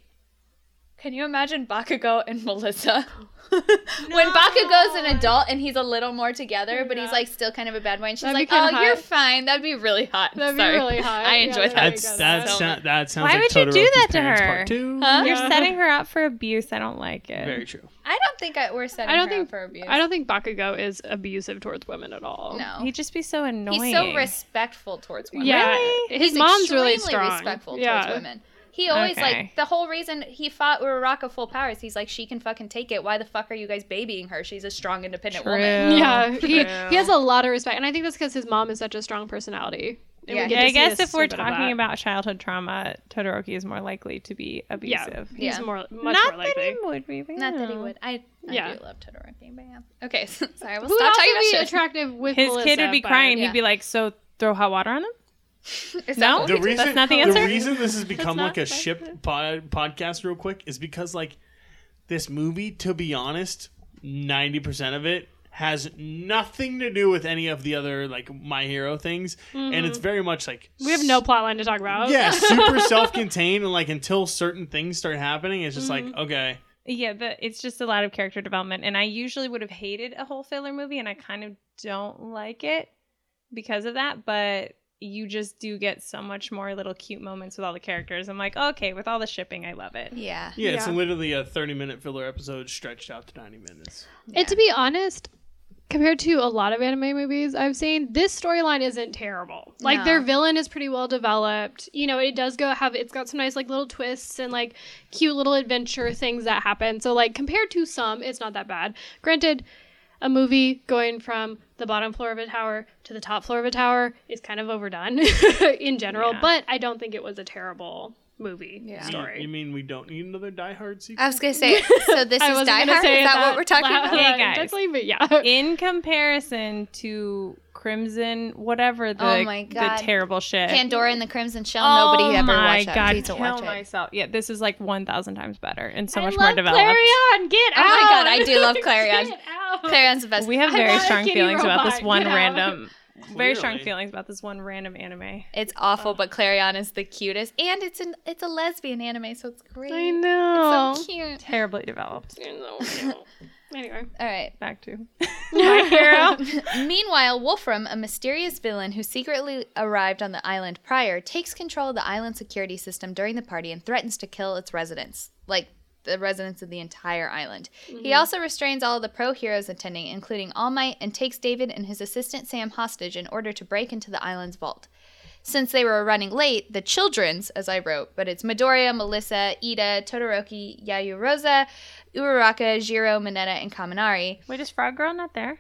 A: Can you imagine Bakugo and Melissa? (laughs) When Bakugo's an adult and he's a little more together, but he's like still kind of a bad boy, and she's
B: That'd be
A: like, "Oh,
B: kinda
A: you're
B: hot."
A: fine. That'd be really hot."
B: That'd be
A: Sorry. (laughs)
B: really hot.
A: I
B: Yeah,
A: enjoy
B: that'd be
A: that.
D: That's
B: go.
D: that.
A: So-
D: Sound, that sounds
C: Why would
D: like
C: you do
D: Todoroki's
C: that to
D: Parents
C: her?
D: Part two.
A: Huh?
C: You're
B: Yeah.
C: setting her up for abuse. I don't like it.
D: Very true.
A: I don't think I, we're setting
B: I don't
A: her
B: think
A: up for abuse.
B: I don't think Bakugo is abusive towards women at all.
A: No,
C: He'd just be so annoying.
A: he's so respectful towards women.
B: Yeah,
C: Really?
B: his
A: He's
B: mom's really
A: extremely
B: strong.
A: respectful
B: yeah.
A: towards women. He always
C: Okay.
A: like the whole reason he fought Uraraka full powers. He's like, she can fucking take it. Why the fuck are you guys babying her? She's a strong, independent
C: True.
A: woman.
B: Yeah,
C: True.
B: he, he has a lot of respect, and I think that's because his mom is such a strong personality. And we
A: Yeah.
B: get
C: Yeah,
B: to
C: I
B: see
C: guess
B: a
C: if we're
B: snippet of that.
C: talking about childhood trauma, Todoroki is more likely to be
B: yeah,
C: abusive.
B: he's
A: Yeah.
B: more much
C: Not
B: more likely.
C: that he would be. but you
A: Not that he
C: know.
A: would. I, I
B: Yeah.
A: do love Todoroki, but yeah. Okay, (laughs) so, sorry. We'll
B: Who would
A: stop
B: also
A: talking about
B: be
A: shit.
B: attractive with
C: His
B: Melissa,
C: kid would be
B: but-
C: crying.
A: yeah.
C: He'd be like, "So throw hot water on them."
A: (laughs) Is that
C: No?
A: what
C: The
A: we
D: the
A: do?
D: reason
C: That's not the answer?
D: The reason this has become
C: not
D: like a
C: the
D: ship pod, podcast real quick is because like this movie, to be honest, ninety percent of it has nothing to do with any of the other like my hero things, and it's very much like
B: We have no plot line to talk about.
D: yeah, super self-contained, and like until certain things start happening, it's just like okay,
C: Yeah, but it's just a lot of character development, and I usually would have hated a whole filler movie, and I kind of don't like it because of that. But you just do get so much more little cute moments with all the characters. I'm like, okay, with all the shipping, I love it.
A: Yeah.
D: yeah, it's
B: Yeah.
D: literally a thirty-minute filler episode stretched out to ninety minutes.
A: Yeah.
B: And to be honest, compared to a lot of anime movies I've seen, this storyline isn't terrible. Like
A: No.
B: their villain is pretty well developed. You know, it does go have it's got some nice like little twists and like cute little adventure things that happen. So like compared to some, it's not that bad. Granted, a movie going from the bottom floor of a tower to the top floor of a tower is kind of overdone (laughs) in general,
C: Yeah.
B: but I don't think it was a terrible movie
A: Yeah.
B: story.
D: You mean we don't need another Die Hard sequel?
A: I was going to
B: (laughs)
A: say, so this
B: I
A: is
B: wasn't
A: Die
B: gonna
A: Hard?
B: say
A: Is that, what we're talking (laughs)
B: loud-
A: about?
B: (laughs)
C: Hey, guys.
B: Technically, but yeah.
C: In comparison to Crimson, whatever the
A: Oh my God.
C: the terrible shit.
A: Pandora and the Crimson Shell.
C: Oh
A: Nobody ever
C: my
A: watched that.
C: God,
A: Please don't
C: kill
A: watch it.
C: myself. Yeah, this is like one thousand times better and so
B: I
C: much more
B: love
C: developed.
B: Clarion, get
A: Oh
B: out!
A: my God, I
B: (laughs)
A: do love Clarion.
B: Get out.
A: Clarion's the best.
C: We have
A: (laughs)
B: I
C: very
B: love
C: strong
B: Kitty
C: feelings about this
B: Robot,
C: one
B: you know?
C: random, very strong
D: Clearly.
C: feelings about this one random anime.
A: It's awful, but Clarion is the cutest, and it's an it's a lesbian anime, so it's great.
B: I know.
A: It's so cute.
C: Terribly developed.
A: oh
B: (laughs) anyway,
A: All right.
C: Back to (laughs)
B: my hero.
A: (laughs) Meanwhile, Wolfram, a mysterious villain who secretly arrived on the island prior, takes control of the island security system during the party and threatens to kill its residents, like the residents of the entire island. He also restrains all of the pro heroes attending, including All Might, and takes David and his assistant Sam hostage in order to break into the island's vault. Since they were running late, the children's, as I wrote, but it's Midoriya, Melissa, Ida, Todoroki, Yayurosa, Uraraka, Jiro, Mineta, and Kaminari.
C: wait. Is Frog Girl not there?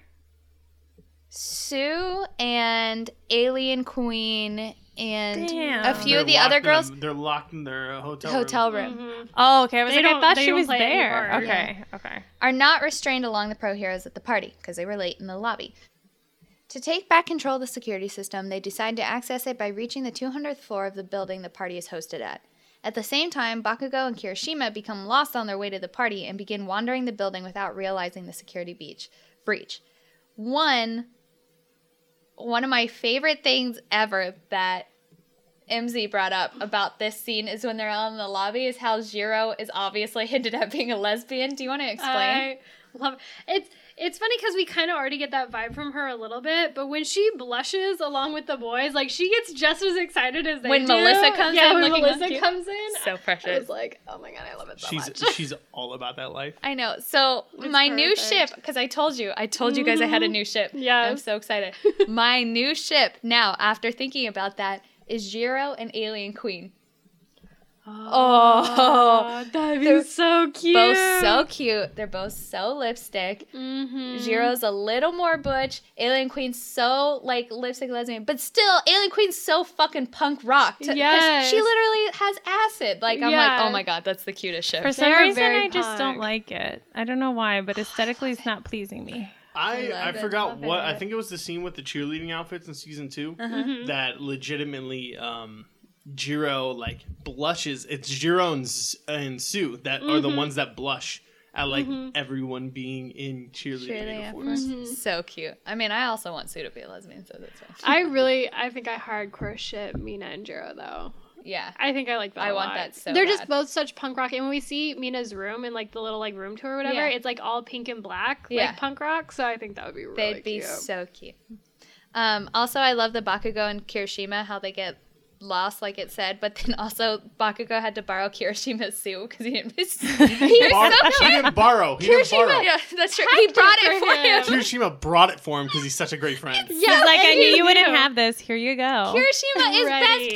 A: Sue and Alien Queen and
C: Damn.
A: a few
D: They're
A: of the other
D: locked in a-
A: girls
D: they're locked in their uh, hotel room.
A: hotel room
C: Oh, okay. I was
B: They
C: like, I
B: don't-
C: thought
B: they
C: she
B: don't
C: was
B: play any
C: there.
B: part.
C: Okay, okay.
A: are not restrained along the pro heroes at the party because they were late in the lobby. To take back control of the security system, they decide to access it by reaching the 200th floor of the building the party is hosted at. At the same time, Bakugo and Kirishima become lost on their way to the party and begin wandering the building without realizing the security beach breach. One one of my favorite things ever that MZ brought up about this scene is when they're all in the lobby is (laughs) how Jiro is obviously hinted at being a lesbian. Do you want to explain?
B: I love it's It's funny because we kind of already get that vibe from her a little bit, but when she blushes along with the boys, like she gets just as excited as they
A: When
B: do.
A: Melissa comes
B: yeah,
A: in
B: when
A: looking
B: Melissa
A: cute.
B: comes in,
A: So
B: I
A: precious.
B: was like, oh my god, I love it so
D: she's
A: (laughs)
B: much.
D: she's all about that life.
A: I know. So my new
B: perfect.
A: ship, because I told you, I told you guys I had a new ship. I'm
B: (laughs) Yes.
A: so excited. my new ship now, after thinking about that, is Jiro and Alien Queen.
B: (laughs)
A: Oh,
B: that'd
A: they're
B: be so cute.
A: both so cute. They're both so lipstick.
B: hmm
A: Jiro's a little more butch. Alien Queen's so like lipstick lesbian, but still, Alien Queen's so fucking punk rock. to- 'cause
B: Yes.
A: she literally has acid. Like I'm like,
B: Yeah.
A: oh my god, that's the cutest ship.
C: For some
B: They're
C: reason,
B: very
C: I just don't
B: punk.
C: like it. I don't know why, but aesthetically, it's not pleasing me.
D: I I,
A: love it,
D: forgot
B: love
D: what I
B: it.
D: think it was the scene with the cheerleading outfits in season 2 that legitimately um Jiro like blushes. It's Jiro and, S- and Sue that are the ones that blush at like everyone being in cheerleading
A: Cheerleading Mm-hmm.
D: uniforms.
A: So cute. I mean, I also want Sue to be a lesbian, so that's fine.
B: I really, I think I hardcore ship Mina and Jiro though.
A: Yeah.
B: I think I like that.
A: I
B: a
A: want
B: lot.
A: that so
B: They're
A: bad.
B: just both such punk rock. And when we see Mina's room and like the little like room tour or whatever,
A: Yeah.
B: it's like all pink and black,
A: Yeah.
B: like punk rock. So I think that would be really
A: They'd be
B: cute.
A: so cute. Um, also, I love the Bakugo and Kirishima, how they get lost, like it said. But then also, Bakugo had to borrow Kirishima's suit because he didn't miss. He
D: Bar-
A: was so
D: he didn't borrow. He didn't borrow.
A: Kirishima, yeah, that's true. He brought it
B: for
A: for
B: him.
A: him.
D: Kirishima brought it for him because he's such a great friend.
C: Yeah, like I
B: and
C: knew
B: he
C: you wouldn't
B: knew.
C: have this. Here you go.
A: Kirishima is
B: Ready.
A: best
D: (laughs)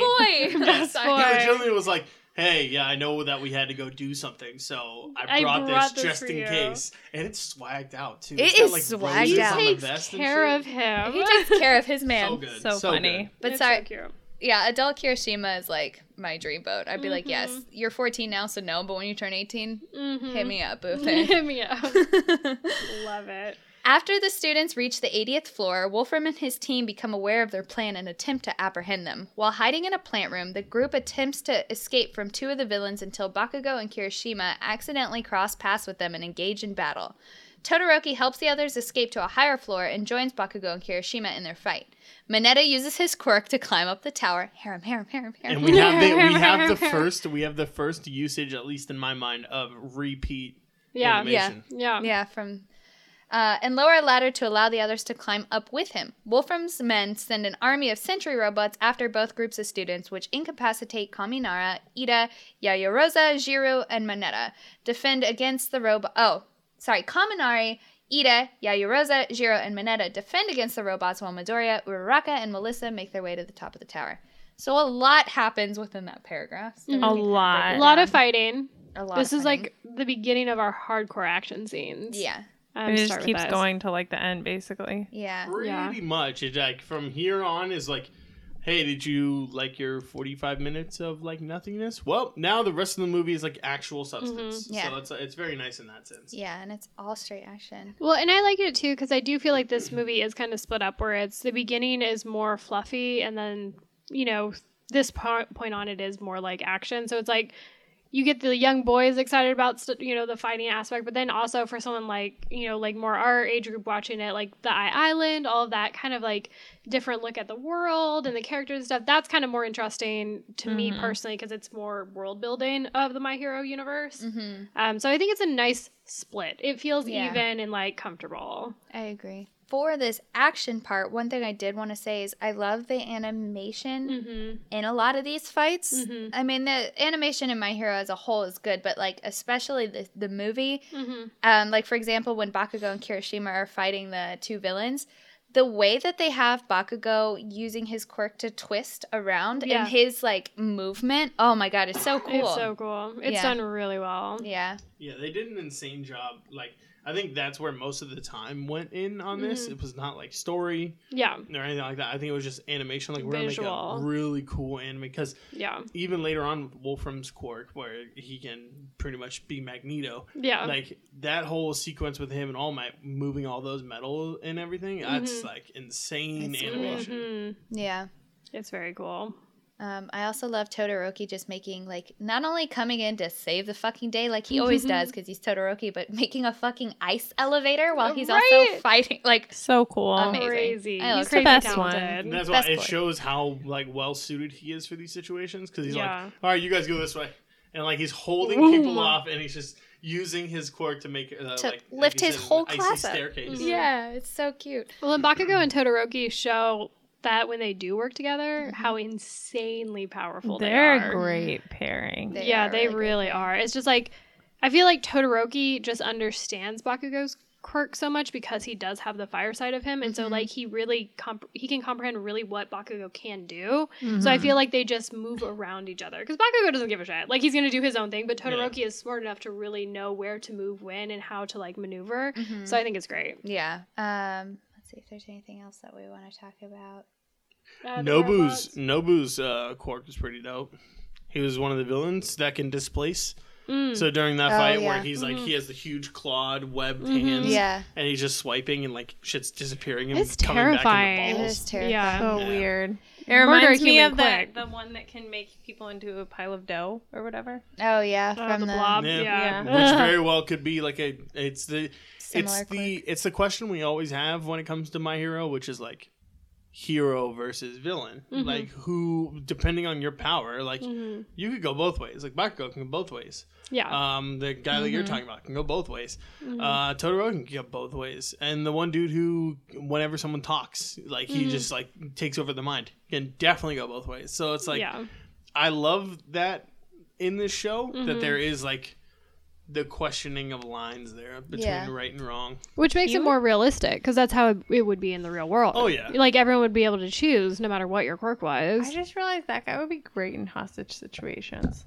A: boy.
D: Yes.
A: Sorry.
B: boy.
D: He
B: (laughs)
D: legitimately was like, "Hey, yeah, I know that we had to go do something, so I
B: I
D: brought,
B: brought
D: this
B: this
D: just
B: for
D: in
B: you."
D: case." And it's swagged out too.
A: It
D: It's
A: is swagged
D: roses
B: He
A: out.
D: on the
B: takes
D: vest and
B: care
D: shit.
B: of him.
A: He takes
B: (laughs)
A: care of his man.
D: So good.
C: So funny.
D: good.
A: But
B: It's
A: sorry,
B: so cute.
A: yeah, adult Kirishima is like my dream boat. I'd be like, yes, you're 14 now, so no, but when you turn 18, hit me (laughs) up, boo thing.
B: Mm-hmm. (laughs) Hit me up.
A: (laughs)
B: Love it.
A: After the students reach the 80th floor, Wolfram and his team become aware of their plan and attempt to apprehend them. While hiding in a plant room, the group attempts to escape from two of the villains until Bakugo and Kirishima accidentally cross paths with them and engage in battle. Todoroki helps the others escape to a higher floor and joins Bakugo and Kirishima in their fight. Mineta uses his quirk to climb up the tower. Harem, harem, harem, harem.
D: And we have the we have
B: (laughs)
D: the first we have the first usage, at least in my mind, of repeat
B: Yeah.
D: animation.
B: Yeah.
A: Yeah, from. Uh, and lower a ladder to allow the others to climb up with him. Wolfram's men send an army of sentry robots after both groups of students, which incapacitate Kaminara, Ida, Yayorosa, Jiru, and Manetta. Defend against the robot. Oh, sorry. Kaminari, Ida, Yayorosa, Jiru, and Manetta defend against the robots while Midoriya, Uraraka, and Melissa make their way to the top of the tower. So a lot happens within that paragraph. So
C: A lot.
B: A lot of fighting.
A: a Um, lot
B: Mm-hmm. This
A: of
B: is
A: fighting.
B: like the beginning of our hardcore action scenes.
A: Yeah.
B: Um,
C: It just
B: start with
C: keeps
B: us.
C: going till like the end, basically.
A: Yeah.
D: Pretty
B: Yeah.
D: much. It like from here on is like, hey, did you like your forty five minutes of like nothingness? Well, now the rest of the movie is like actual substance.
B: Mm-hmm.
A: Yeah.
D: So it's it's very nice in that sense.
A: Yeah, and it's all straight action.
B: Well, and I like it too because I do feel like this movie is kind of split up where it's the beginning is more fluffy and then, you know, this po- point on it is more like action. So it's like you get the young boys excited about, st- you know, the fighting aspect, but then also for someone like, you know, like more our age group watching it, like the I Island, all of that kind of like different look at the world and the characters and stuff. That's kind of more interesting to me personally because it's more world building of the My Hero universe.
A: Mm-hmm.
B: Um, so I think it's a nice split. It feels
A: Yeah.
B: even and like comfortable.
A: I agree. For this action part, one thing I did want to say is I love the animation
B: Mm-hmm.
A: in a lot of these fights.
B: Mhm.
A: I mean, the animation in My Hero as a whole is good, but like especially the the movie,
B: Mm-hmm.
A: um, like for example, when Bakugo and Kirishima are fighting the two villains. The way that they have Bakugo using his quirk to twist around
B: Yeah.
A: and his like movement, oh my god, it's so cool.
B: It's so cool. It's
A: Yeah.
B: done really well.
A: yeah,
D: Yeah, they did an insane job. Like I think that's where most of the time went in on this.
B: Mm-hmm.
D: It was not like story
B: Yeah,
D: or anything like that. I think it was just animation. Like we're gonna
B: Visual.
D: make a really cool anime because
B: yeah,
D: even later on with Wolfram's quirk, where he can pretty much be Magneto,
B: yeah.
D: like that whole sequence with him and All Might moving all those metal and everything. That's
B: Mm-hmm.
D: like insane
A: It's cool.
D: animation.
B: Mhm.
A: yeah.
B: It's very cool.
A: Um, I also love Todoroki just making like not only coming in to save the fucking day like he always does because he's Todoroki, but making a fucking ice elevator while he's also
B: Right.
A: fighting. Like
C: So cool.
A: Amazing.
B: Crazy.
A: I
B: He's
A: love
B: crazy
C: it. Best one.
B: talented.
D: And that's
A: Best
D: why it
A: boy.
D: shows how like well suited he is for these situations because he's
B: Yeah.
D: like, all right, you guys go this way, and like he's holding
B: Boom.
D: people off, and he's just using his quirk to make uh,
A: To
D: like, like
A: lift
D: you
A: his
D: said,
A: whole
D: icy
A: class up. Mm-hmm. (laughs)
D: staircase.
A: Yeah, it's so cute.
B: Well, and Bakugo and Todoroki show that when they do work together, how insanely powerful they
C: They're
B: are.
C: a great pairing.
A: They
B: yeah,
A: are
B: they
A: really good.
B: really are. It's just like I feel like Todoroki just understands Bakugo's quirk so much because he does have the fire side of him, and so like he really comp- he can comprehend really what Bakugo can do. So I feel like they just move around each other because Bakugo doesn't give a shit. Like he's gonna do his own thing, but Todoroki is smart enough to really know where to move when and how to like maneuver.
A: Mm-hmm.
B: So I think it's great.
A: Yeah. Um, let's see if there's anything else that we want to talk about.
B: Uh, the
D: Nobu's
B: robots.
D: Nobu's uh, quirk is pretty dope. He was one of the villains that can displace.
B: Mm.
D: So during that
A: Oh,
D: fight where
A: yeah.
D: he's like he has the huge clawed webbed hands
A: Mm-hmm. Yeah.
D: and he's just swiping and like shit's disappearing and
B: It's
D: coming back
B: terrifying.
D: in
A: It
D: the
A: is
D: balls.
A: terrifying.
C: So weird. It
B: Murder
C: reminds me
B: human
C: of that,
B: quick.
C: the one that can make people into a pile of dough or whatever.
A: Oh yeah,
B: Uh,
A: from
B: the blob.
D: Yeah.
A: (laughs)
B: Yeah.
D: Which
B: (laughs)
D: very well could be like a it's the
A: Similar
D: it's the it's the question we always have when it comes to my hero, which is like hero versus villain.
A: Mm-hmm.
D: Like who depending on your power, like
A: Mm.
D: you could go both ways. Like Bakugo can go both ways.
B: Mm-hmm. Yeah.
D: Um, the guy that
A: Mm-hmm.
D: you're talking about can go both ways. Uh, Todoroki can go both ways, and the one dude who, whenever someone talks, like
A: Mm-hmm.
D: he just like takes over the mind, can definitely go both ways. So it's like
B: yeah.
D: I love that in this show
A: Mm-hmm.
D: that there is like the questioning of lines there between
A: Yeah.
D: right and wrong.
B: Which makes it more realistic because that's how it, it would be in the real world.
D: Oh, yeah.
B: like everyone would be able to choose no matter what your quirk was.
C: I just realized that guy would be great in hostage situations.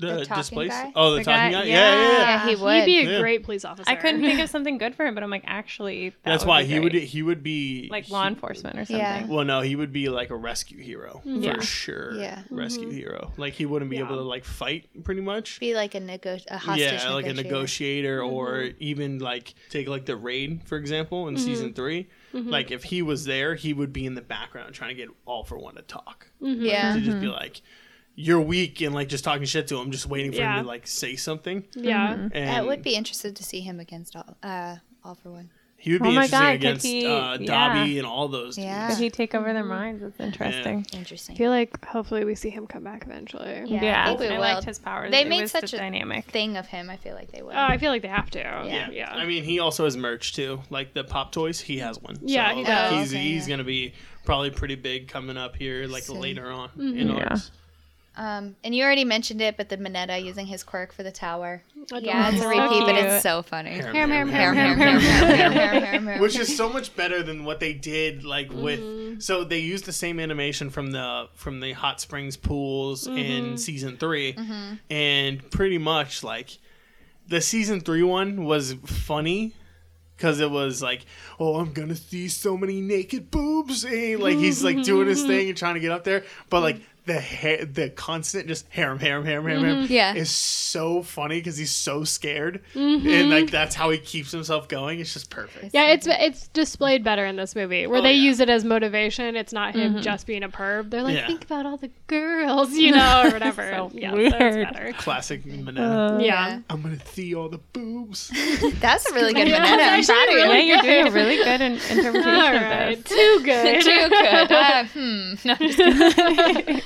D: The,
A: talking
D: displaced-
A: guy?
D: Oh, the,
C: The
D: talking
C: guy-
D: guy. Yeah, yeah. yeah.
A: Yeah, he
B: He'd
A: would.
B: be a
D: Yeah.
B: great police officer.
C: I
B: (laughs)
C: couldn't think of something good for him, but I'm like, actually, that
D: That's
C: would
D: why
C: be
D: he would e-
C: great.
D: he would be
C: like law enforcement or something.
A: Yeah.
D: Well, no, he would be like a rescue hero
C: Yeah.
D: for sure.
A: Yeah.
D: rescue hero. Like he wouldn't be able to like fight pretty much.
A: Be like a nego- a hostage
D: yeah,
A: negotiator.
D: like a negotiator, or even like take like the raid for example in season 3 Like if he was there, he would be in the background trying to get all for one to talk.
A: Yeah.
D: To just be like, "You're weak," and like just talking shit to him, just waiting for
B: Yeah.
D: him to like say something.
B: Yeah,
C: Mm-hmm.
D: And
A: I would be interested to see him against all uh all for one.
D: He would be
C: Oh my
D: interesting
C: God, could
D: against
C: he-
D: uh, Dobby
C: yeah.
D: and all those. dudes.
A: Yeah.
C: Could he take over their minds? It's interesting.
A: Interesting.
B: I feel like hopefully we see him come back eventually.
A: Yeah,
C: Yeah,
A: I
C: I,
A: think we will.
C: liked his powers.
A: They
C: It
A: made
C: was
A: such a
C: dynamic.
A: thing of him. I feel like they would.
B: Oh, I feel like they have to. Yeah,
D: Yeah. I mean, he also has merch too. Like the Pop Toys, he has one.
B: Yeah,
D: So,
B: he
D: like,
B: does.
D: He's,
A: Okay,
D: he's
A: yeah.
D: going to be probably pretty big coming up here, like
A: Soon.
D: later on in
C: Yeah.
D: ours.
A: um, and you already mentioned it, but the Mineta using his quirk for the tower.
B: Adorable.
A: Yeah, it's a repeat, but it's so funny.
D: Harem, harem,
B: Harem, harem,
D: harem, harem,
B: harem, harem,
D: harem, harem.
A: Harem, harem, harem.
D: Which is so much better than what they did, like with. So they used the same animation from the from the hot springs pools in season 3 and pretty much like the season three one was funny because it was like, oh, I'm gonna see so many naked boobs, and like he's like doing his thing and trying to get up there, but like the ha- the constant just harem harem harem harem harem
A: Yeah.
D: is so funny because he's so scared and like that's how he keeps himself going. It's just perfect.
B: Yeah, it's it's displayed better in this movie where
D: Oh,
B: they
D: yeah.
B: use it as motivation. It's not him just being a perv. They're like,
D: Yeah.
B: think about all the girls, (laughs) you know, or whatever.
C: So
B: yeah, that's
C: weird.
B: (laughs) better.
D: Classic banana.
B: yeah.
D: I'm gonna see all the boobs.
A: That's a really good
B: Yeah,
A: Mineta. I'm (laughs)
B: it's
A: proud of
B: actually
A: you.
C: Yeah,
B: really
C: you're doing a really good
B: (laughs)
C: in- interpretation
B: All
C: of
B: right,
C: this.
B: too good.
A: Too good. Uh, hmm. No, I'm just (laughs) kidding.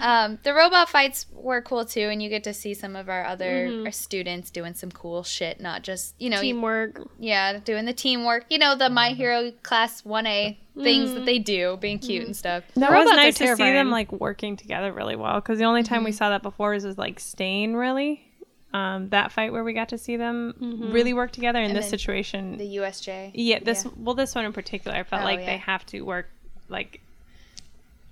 A: um, the robot fights were cool too, and you get to see some of our other our students doing some cool shit, not just you know,
B: (laughs) Teamwork. Oh,
A: yeah, doing the teamwork. You know, the My Hero Class One A things that they do, being cute and stuff.
C: That
B: Robots
C: was
B: are
C: nice to see
B: terrifying.
C: them like working together really well because the only time we saw that before is was like Stain really. Um, that fight where we got to see them really work together in this
A: then
C: situation.
A: The USJ.
C: yeah, this well, this one in particular, I felt
A: Oh,
C: like
A: yeah.
C: they have to work like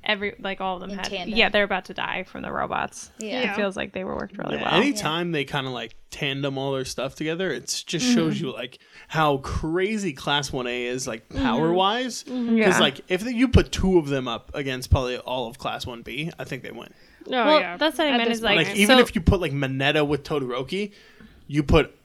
C: every like all of them
A: In
C: had.
A: tandem.
C: Yeah, they're about to die from the robots.
A: Yeah.
B: Yeah.
C: It feels like they were worked really well.
D: Anytime they kind of like tandem all their stuff together, it just shows you like how crazy Class One A is like power wise. Because
C: Yeah.
D: like if you put two of them up against probably all of Class One B, I think they win.
B: Oh,
C: well,
B: yeah.
C: that's what I
B: At
C: meant
B: this
C: is like,
D: Like
B: point.
D: even
C: so-
D: if you put like Mineta with Todoroki, you put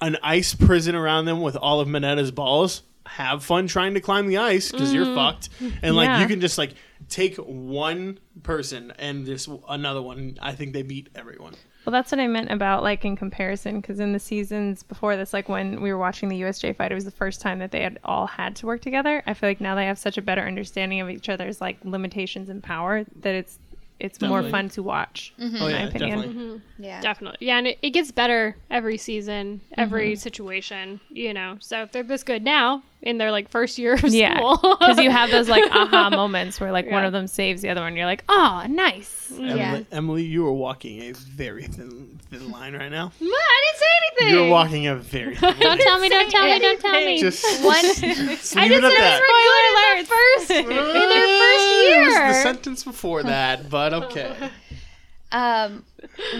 D: an ice prison around them with all of Mineta's balls. Have fun trying to climb the ice because
B: Mm-hmm.
D: you're fucked. And like
C: Yeah.
D: you can just like take one person and this another one. I think they beat everyone.
C: Well, that's what I meant about like in comparison, because in the seasons before this, like when we were watching the USJ fight, it was the first time that they had all had to work together. I feel like now they have such a better understanding of each other's like limitations and power that it's it's more
D: Definitely.
C: fun to watch.
B: Mm-hmm.
C: (laughs)
D: Oh
C: my
D: yeah,
C: opinion.
D: definitely.
A: Yeah.
B: Definitely. Yeah, and it, it gets better every season, every situation, you know. So if they're this good now in their like first year of
C: Yeah,
B: school.
C: because you have
B: (laughs)
C: those like aha moments where like one
B: Yeah.
C: of them saves the other one. You're like, oh, nice.
B: Mm-hmm,
A: Yeah.
D: Emily, Emily, you are walking a very thin, thin line right now.
B: Ma, I didn't say anything.
D: You're walking a very thin line.
B: (laughs)
D: (laughs)
B: Don't tell me, don't tell me, don't tell me.
D: Just
A: One-
D: just
B: I
D: leave
B: just
D: it
B: said
D: at
B: it
D: that.
B: was really good in their first in their first year.
D: It was the sentence before that, but
B: (laughs)
D: okay.
A: Um,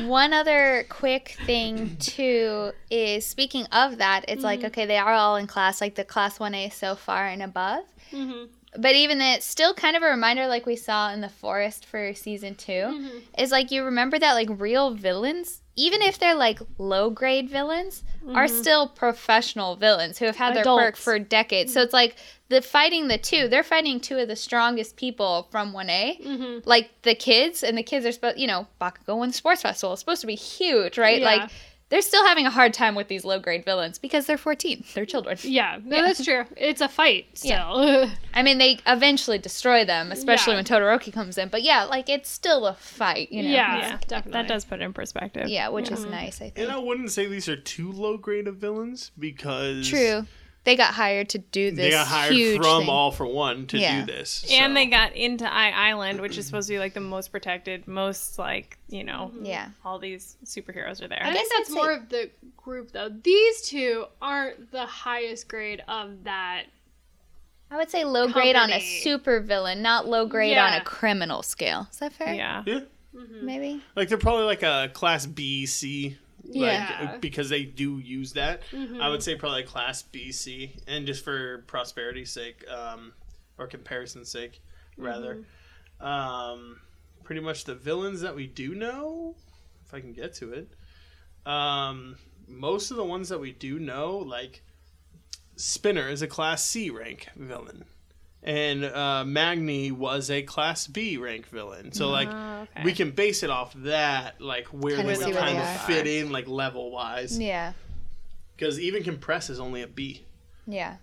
A: one other quick thing too is speaking of that, it's like okay, they are all in class, like the class one A so far and above.
B: Mhm.
A: But even that, still kind of a reminder, like we saw in the forest for season 2 is like you remember that like real villains, even if they're like low grade villains, are still professional villains who have had their quirk
B: Adults.
A: for decades. So it's like the fighting the two, they're fighting two of the strongest people from one A
B: Mhm.
A: like the kids and the kids are supposed you know bakugo and sports festival is supposed to be huge right
B: Yeah.
A: like they're still having a hard time with these low grade villains because they're 14 they're children
B: Yeah, no, that's true. It's a fight still. (laughs)
A: i mean they eventually destroy them especially
B: Yeah.
A: when todoroki comes in but yeah like it's still a fight you know
B: Yeah, Mm-hmm.
C: Yeah,
B: definitely.
C: That does put it in perspective.
A: yeah which is nice i
D: And
A: think
D: I wouldn't say these are too low grade of villains because
A: true they got hired to do this
D: They got hired
A: huge
D: from
A: thing.
D: All for One to
A: Yeah.
D: do this, so-
C: And they got into I Island, which is supposed to be like the most protected, most like you know,
B: Mm-hmm.
A: yeah
C: all these superheroes are there.
B: I,
A: I guess
B: think
A: I'd
B: that's
A: say-
B: more of the group though. These two aren't the highest grade of that.
A: i would say low grade on a
B: Company.
A: super villain not low grade on
B: Yeah.
A: a criminal scale is that fair
C: yeah,
D: yeah,
A: maybe
D: like they're probably like a class B, C, like,
B: Yeah.
D: because they do use that.
A: Mm-hmm.
D: I would say probably class B, C, and just for prosperity's sake, um, or comparison's sake, rather,
A: Mm-hmm.
D: um, pretty much the villains that we do know, if I can get to it, um, most of the ones that we do know, like Spinner is a class C rank villain. And uh, Magni was a Class B rank villain, so like
C: Oh, okay.
D: we can base it off that, like where
A: Ah, Kinda
D: they
A: see
D: would
A: where
D: kind
A: they
D: of
A: are.
D: fit in, like level wise.
A: yeah
D: Because even compress is only a B.
A: yeah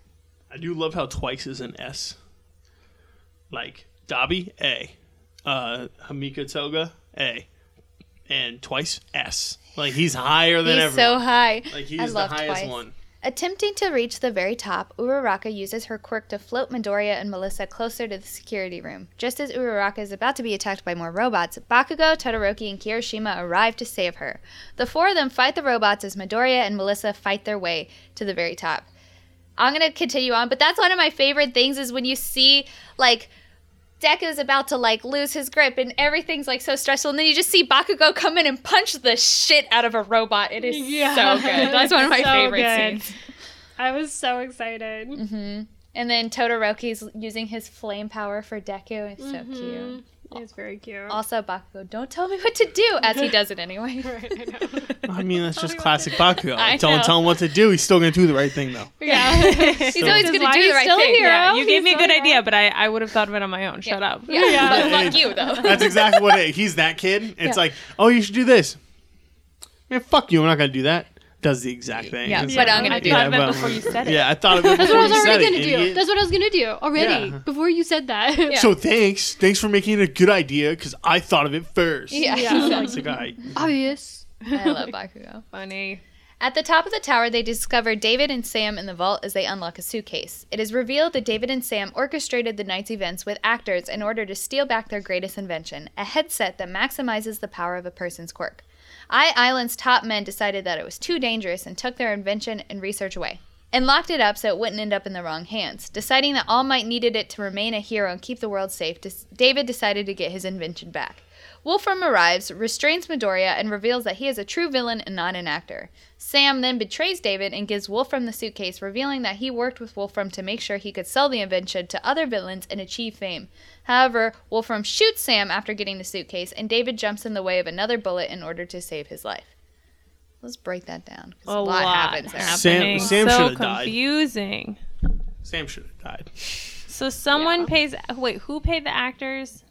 D: I do love how twice is an S. Like Dobby A, uh, Hamika Toga A, and twice S. Like he's higher than
A: he's
D: everyone.
A: so high
D: like
A: I
D: he's the
A: love
D: highest
A: Twice.
D: one.
A: Attempting to reach the very top, Uraraka uses her quirk to float Midoriya and Melissa closer to the security room. Just as Uraraka is about to be attacked by more robots, Bakugo, Todoroki, and Kirishima arrive to save her. The four of them fight the robots as Midoriya and Melissa fight their way to the very top. I'm gonna continue on, but that's one of my favorite things is when you see like Deku's about to like lose his grip and everything's like so stressful, and then you just see Bakugo come in and punch the shit out of a robot. It is
B: Yeah.
A: so good. (laughs) That's one of my
B: (laughs) So
A: favorite
B: good.
A: scenes.
B: I was so excited.
A: And then Todoroki's using his flame power for Deku. It's so cute.
B: It's very cute. (laughs)
A: Also, Bakugo, don't tell me what to do, as he does it (laughs) anyway.
D: I mean, that's just classic Bakugo.
A: (laughs) I
D: Don't
A: know.
D: tell him what to do. He's still gonna do the right
A: (laughs)
D: thing though.
C: (laughs)
B: yeah. (laughs)
A: He's always
B: Which is
A: going to
B: why
A: do
B: he's
A: the right
B: still a
A: thing.
B: hero.
A: Yeah.
C: Yeah, you gave me a good
B: so
C: idea, but I, I would have thought of it on my own. Shut up.
A: Yeah.
B: Yeah.
A: But fuck you, though.
D: That's exactly what it. He's that kid.
A: Yeah.
D: It's like, oh, you should do this. Man, fuck you. I'm not gonna do that. Does the exact thing.
A: Yeah,
D: It's
A: but
D: like,
A: I'm
C: (laughs)
A: gonna do
D: yeah,
C: it.
D: but-
C: Before you said it.
D: Yeah, I thought of it
B: That's
D: before
B: what I was
D: you said
B: already
D: it.
B: gonna do.
D: idiot.
B: That's what I was gonna do already
D: Yeah.
B: before you said that. (laughs) Yeah.
D: So thanks, thanks for making it a good idea because I thought of it
A: (laughs)
D: first.
A: Yeah.
B: (laughs)
D: It's like, all right.
B: Obvious.
A: I love Bakugo.
C: Funny.
A: At the top of the tower, they discover David and Sam in the vault as they unlock a suitcase. It is revealed that David and Sam orchestrated the night's events with actors in order to steal back their greatest invention a headset that maximizes the power of a person's quirk. I Island's top men decided that it was too dangerous and took their invention and research away. And locked it up so it wouldn't end up in the wrong hands. Deciding that All Might needed it to remain a hero and keep the world safe, dis- David decided to get his invention back. Wolfram arrives, restrains Midoriya, and reveals that he is a true villain and not an actor. Sam then betrays David and gives Wolfram the suitcase, revealing that he worked with Wolfram to make sure he could sell the invention to other villains and achieve fame. However, Wolfram shoots Sam after getting the suitcase, and David jumps in the way of another bullet in order to save his life. Let's break that down. 'cause A, lot, happens there.
D: Sam- Sam
C: so
D: should've died.
C: confusing.
D: Sam should have died.
C: So someone pays. Wait, who paid the actors?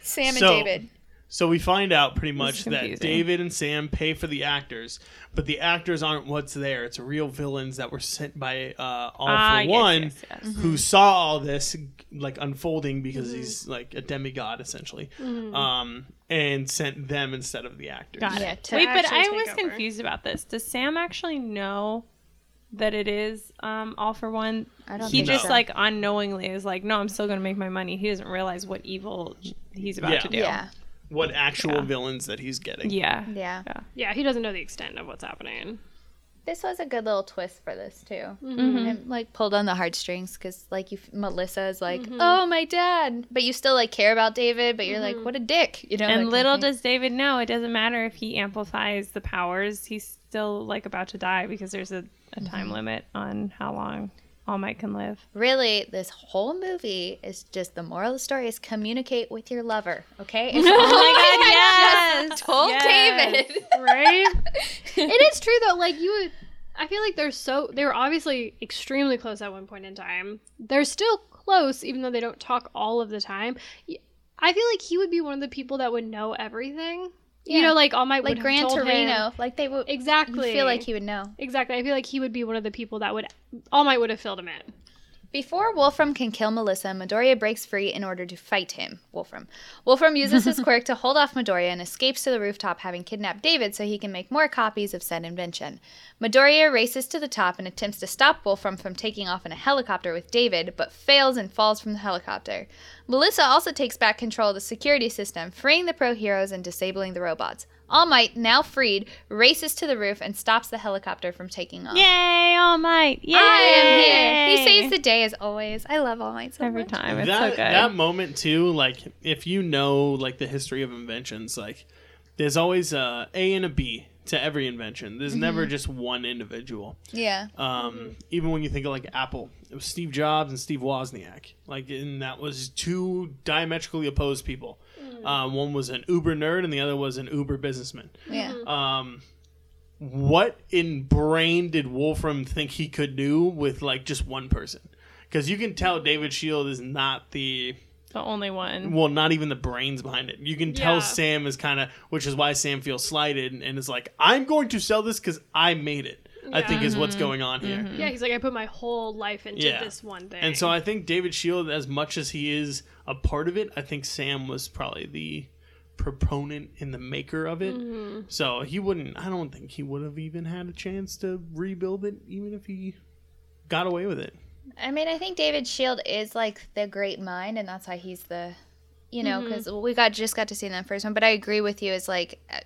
A: Sam and
D: So-
A: David.
D: So we find out pretty much that
C: confusing.
D: David and Sam pay for the actors, but the actors aren't what's there. It's real villains that were sent by uh, All
C: Ah,
D: for
C: yes,
D: One,
C: yes, yes.
D: who saw all this like unfolding because
B: Mm-hmm.
D: he's like a demigod essentially, um, and sent them instead of the actors.
C: Got
A: Yeah,
C: it.
A: to
C: Wait, but
B: actually
C: I
B: take
C: was
B: over.
C: confused about this. Does Sam actually know that it is um, all for one?
A: I don't
C: he
A: think
C: just
A: so.
C: like unknowingly is like, no, I'm still gonna make my money. He doesn't realize what evil he's about
D: Yeah.
C: to do.
A: Yeah.
D: What actual
C: Yeah.
D: villains that he's getting?
C: Yeah.
A: Yeah.
B: Yeah, he doesn't know the extent of what's happening.
A: This was a good little twist for this too.
C: Mm-hmm.
A: And like pulled on the heartstrings because like you, Melissa is like,
C: Mm-hmm.
A: "Oh my dad," but you still like care about David, but you're like, "What a dick," you know. that kind
C: Mm-hmm. And
A: of
C: little
A: thing.
C: does David know, it doesn't matter if he amplifies the powers. He's still like about to die because there's a, a time limit on how long All Might can live.
A: Really, this whole movie is just the moral of the story is communicate with your lover,
C: (laughs)
A: okay? It's all
C: Oh
A: (laughs)
C: yes.
A: told David. (laughs)
B: Right? it is true though, like you would I feel like they're so they were obviously extremely close at one point in time. They're still close even though they don't talk all of the time. Y- I feel like he would be one of the people that would know everything. You
A: Yeah.
B: know, like all my
A: like Gran Torino, like they would. You
B: Exactly.
A: feel like he would know.
B: Exactly. I feel like he would be one of the people that would All Might would have filled him in.
D: Mm-hmm.
A: Before Wolfram can kill Melissa, Midoriya breaks free in order to fight him, Wolfram. Wolfram uses his quirk to hold off Midoriya and escapes to the rooftop having kidnapped David so he can make more copies of said invention. Midoriya races to the top and attempts to stop Wolfram from taking off in a helicopter with David, but fails and falls from the helicopter. Melissa also takes back control of the security system, freeing the pro heroes and disabling the robots. All Might, now freed, races to the roof and stops the helicopter from taking off.
C: Yay, All Might. Yay.
A: I am here. He saves the day as always. I love All Might so
C: every
A: much.
C: time. It's
D: that,
C: so good.
D: that moment too, like if you know like the history of inventions, like there's always a A and a B to every invention. There's never just one individual.
A: Yeah.
D: Um, Even when you think of like Apple, it was Steve Jobs and Steve Wozniak. Like, and that was two diametrically opposed people. Uh, one was an Uber nerd, and the other was an Uber businessman.
A: Yeah.
D: Um, what in brain did Wolfram think he could do with like just one person? Because you can tell David Shield is not the
C: the only one.
D: well, not even the brains behind it. You can tell
B: Yeah.
D: Sam is kind of, which is why Sam feels slighted and is like, "I'm going to sell this because I made it." I think is what's going on here.
B: Yeah, Mm-hmm. he's like, I put my whole life into
D: Yeah.
B: this one thing.
D: And so I think David Shield, as much as he is a part of it, I think Sam was probably the proponent and the maker of it.
B: Mm-hmm.
D: So he wouldn't. I don't think he would have even had a chance to rebuild it, even if he got away with it.
A: I mean, I think David Shield is like the great mind, and that's why he's the, you know, because we got just got to see him in the first one. But I agree with you. Is like uh,